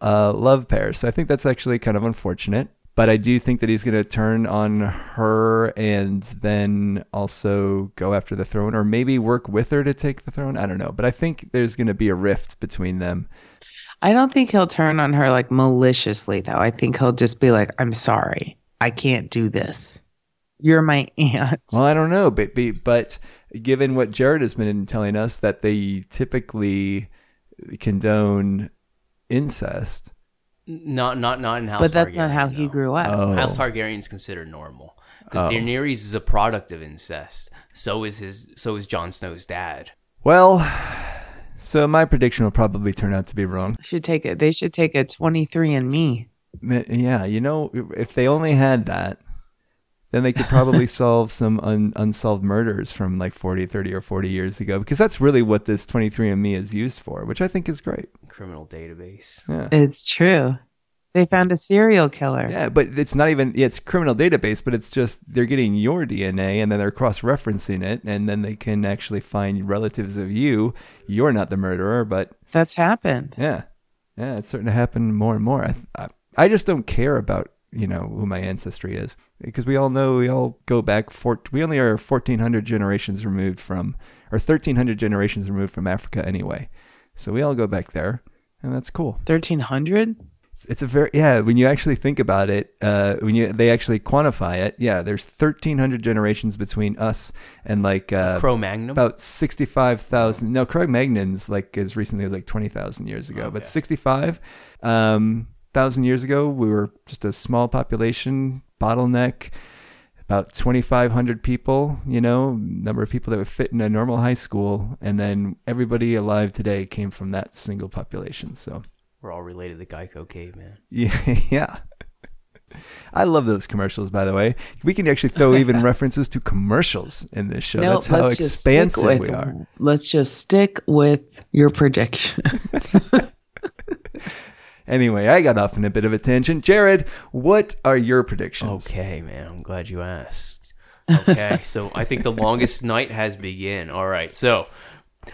Speaker 3: uh, love pair. So I think that's actually kind of unfortunate but I do think that he's going to turn on her and then also go after the throne or maybe work with her to take the throne. I don't know. But I think there's going to be a rift between them.
Speaker 4: I don't think he'll turn on her like maliciously, though. I think he'll just be like, I'm sorry. I can't do this. You're my aunt.
Speaker 3: Well, I don't know. But, but- but given what Jared has been telling us that they typically condone incest.
Speaker 5: Not not not in House.
Speaker 4: but that's not
Speaker 5: Targaryen,
Speaker 4: how he
Speaker 5: though.
Speaker 4: grew up.
Speaker 3: Oh.
Speaker 5: House Targaryen's considered normal because Daenerys is a product of incest. So is his. So is Jon Snow's dad.
Speaker 3: Well, so my prediction will probably turn out to be wrong.
Speaker 4: Should take it. They should take a 23 and me.
Speaker 3: Ma- Yeah, you know, if they only had that, then they could probably solve some un- unsolved murders from like 40, 30, or 40 years ago, because that's really what this 23andMe is used for, which I think is great.
Speaker 5: Criminal database.
Speaker 3: Yeah.
Speaker 4: It's true. They found a serial killer.
Speaker 3: Yeah, but it's not even, yeah, it's criminal database, but it's just they're getting your DNA and then they're cross referencing it, and then they can actually find relatives of you. You're not the murderer, but
Speaker 4: That's happened.
Speaker 3: Yeah, yeah, it's starting to happen more and more. I, I, I just don't care about you know who my ancestry is because we all know we all go back. Four, we only are fourteen hundred generations removed from, or thirteen hundred generations removed from Africa anyway. So we all go back there, and that's cool.
Speaker 4: 1300?
Speaker 3: It's, it's a very yeah. When you actually think about it, uh, when you they actually quantify it, yeah, there's thirteen hundred generations between us and like uh,
Speaker 5: Cro
Speaker 4: Um,
Speaker 5: Magnum.
Speaker 3: about 65,000. No, Craig Magnan's like as recently as like 20,000 years
Speaker 4: Oh,
Speaker 3: ago, but 65 um, thousand years ago, we were just a small population, bottleneck, about 2,500 people, you know, number of people that would fit in a normal high school. And then everybody alive today came from that single population. So,
Speaker 5: We're all related to Geico caveman.
Speaker 3: yeah. yeah. I love those commercials, by the way. We can actually throw even references to commercials in this show. That's how expansive
Speaker 4: stick with,
Speaker 3: we are.
Speaker 4: Let's just stick with your prediction.
Speaker 3: Anyway, I got off in a bit of a tangent. Jared, what are your predictions?
Speaker 5: Okay, man. I'm glad you asked. Okay, so I think the longest night has begun. All right, so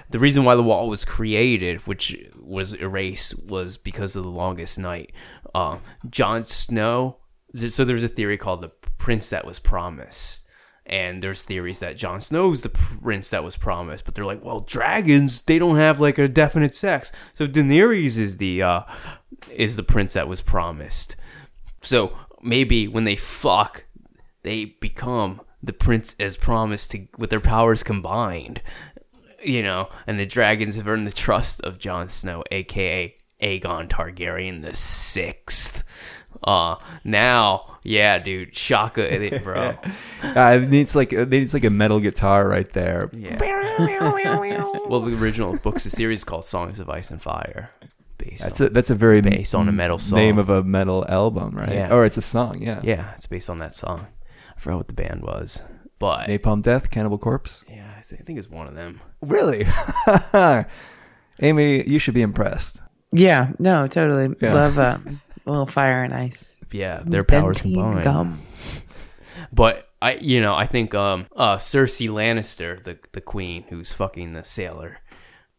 Speaker 5: the reason why the wall was created, which was erased, was because of the longest night. Um, Jon Snow. th- So there's a theory called the prince that was promised. And there's theories that Jon Snow's the prince that was promised, but they're like, well, dragons they don't have like a definite sex, so Daenerys is the uh, is the prince that was promised. So maybe when they fuck, they become the prince as promised to, with their powers combined. You know, and the dragons have earned the trust of Jon Snow, aka Aegon Targaryen the Sixth. Uh now, yeah, dude, Shaka in it, bro.
Speaker 3: Uh, it needs like it needs like a metal guitar right there.
Speaker 5: well, the original books, the series is called Songs of Ice and Fire. based.
Speaker 3: That's
Speaker 5: on,
Speaker 3: a that's a very
Speaker 5: based on a metal song.
Speaker 3: name of a metal album, right?
Speaker 5: Yeah.
Speaker 3: Or it's a song, yeah.
Speaker 5: yeah, it's based on that song. I forgot what the band was, but
Speaker 3: Napalm Death, Cannibal Corpse.
Speaker 5: yeah, I, th- I think it's one of them.
Speaker 3: Really? Amy, you should be impressed.
Speaker 4: Yeah, no, totally.
Speaker 3: Yeah.
Speaker 4: Love um, a little fire and ice.
Speaker 5: Yeah, their powers
Speaker 4: Dentine
Speaker 5: combined.
Speaker 4: gum.
Speaker 5: But I, you know, I think um, uh, Cersei Lannister, the the queen, who's fucking the sailor.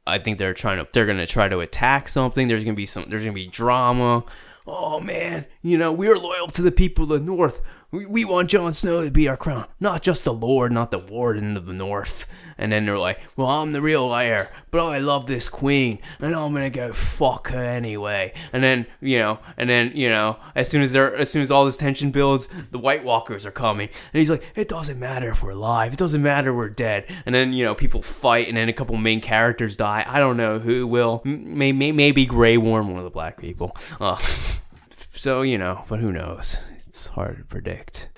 Speaker 5: I think they're trying to. They're gonna try to attack something. There's gonna be some. There's gonna be drama. Oh man, you know we are loyal to the people of the North. We, we want Jon Snow to be our crown, not just the Lord, not the Warden of the North. And then they're like, "Well, I'm the real heir, but I love this queen, and I'm gonna go fuck her anyway." And then you know, and then you know, as soon as they're, as soon as all this tension builds, the White Walkers are coming, and he's like, "It doesn't matter if we're alive. It doesn't matter if we're dead." And then you know, people fight, and then a couple main characters die. I don't know who will. M- May, may, maybe Grey Worm, one of the black people. Uh, so you know, but who knows? It's hard to predict.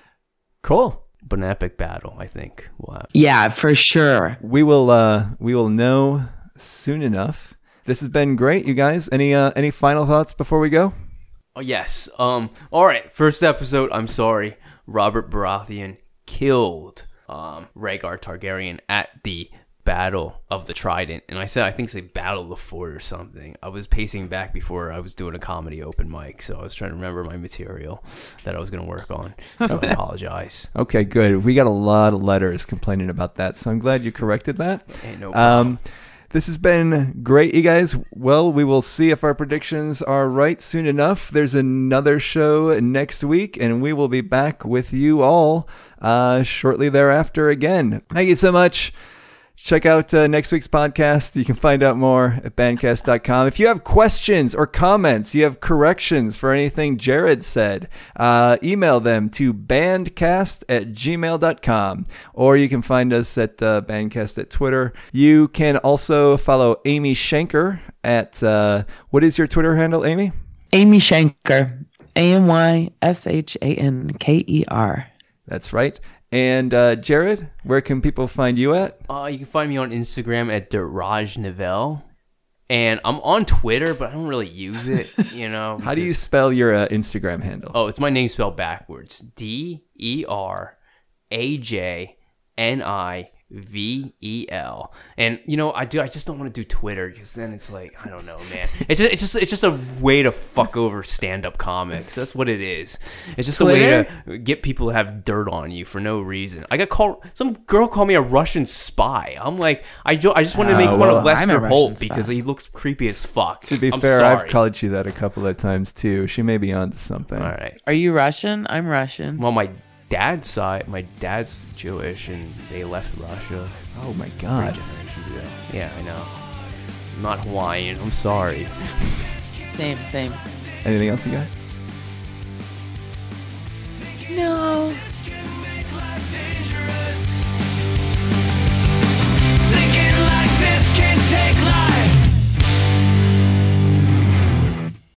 Speaker 3: Cool.
Speaker 5: But an epic battle, I think, will happen.
Speaker 4: Yeah, for sure.
Speaker 3: We will uh we will know soon enough. This has been great, you guys. Any uh any final thoughts before we go?
Speaker 5: Oh yes. Um. All right. First episode. I'm sorry. Robert Baratheon killed um Rhaegar Targaryen at the Battle of the Trident, and I said I think it's a Battle of the Fort or something. I was pacing back before I was doing a comedy open mic, so I was trying to remember my material that I was going to work on. So I apologize.
Speaker 3: Okay, good. We got a lot of letters complaining about that, so I'm glad you corrected that.
Speaker 5: Ain't no
Speaker 3: Um, this has been great, you guys. Well, we will see if our predictions are right soon enough. There's another show next week, and we will be back with you all uh, shortly thereafter again. Thank you so much. Check out uh, next week's podcast. You can find out more at bandcast.com. If you have questions or comments, you have corrections for anything Jared said, uh, email them to bandcast at gmail.com. Or you can find us at uh, bandcast at Twitter. You can also follow Amy Shanker at uh, what is your Twitter handle, Amy?
Speaker 4: Amy Shanker. A M Y S H A N K E R.
Speaker 3: That's right. And uh, Jared, where can people find you at?
Speaker 5: Uh, you can find me on Instagram at Deraj Nivelle. And I'm on Twitter, but I don't really use it, you know.
Speaker 3: How do you
Speaker 5: because-
Speaker 3: spell your uh, Instagram handle?
Speaker 5: Oh, it's my name spelled backwards. D E R A J N I V E L. And you know, I do. I just don't want to do Twitter because then it's like I don't know, man. It's just, it's just, it's just a way to fuck over stand-up comics. That's what it is. It's just a way to get people to have dirt on you for no reason. I got called. Some girl called me a Russian spy. I'm like, I, jo- I just wanted to make
Speaker 3: Oh,
Speaker 5: fun of
Speaker 3: well,
Speaker 4: I'm a
Speaker 5: Lester
Speaker 4: Russian
Speaker 5: Holt
Speaker 4: spy.
Speaker 5: because he looks creepy as fuck.
Speaker 3: To be
Speaker 5: I'm
Speaker 3: fair,
Speaker 5: sorry.
Speaker 3: I've called you that a couple of times too. She may be onto something.
Speaker 5: All right.
Speaker 4: Are you Russian? I'm Russian.
Speaker 5: Well, my dad's side, my dad's Jewish, and they left Russia
Speaker 3: Oh my
Speaker 5: three
Speaker 3: god.
Speaker 5: generations ago. Yeah, I know. I'm not Hawaiian. I'm sorry.
Speaker 4: Same, same.
Speaker 3: Anything else, you guys?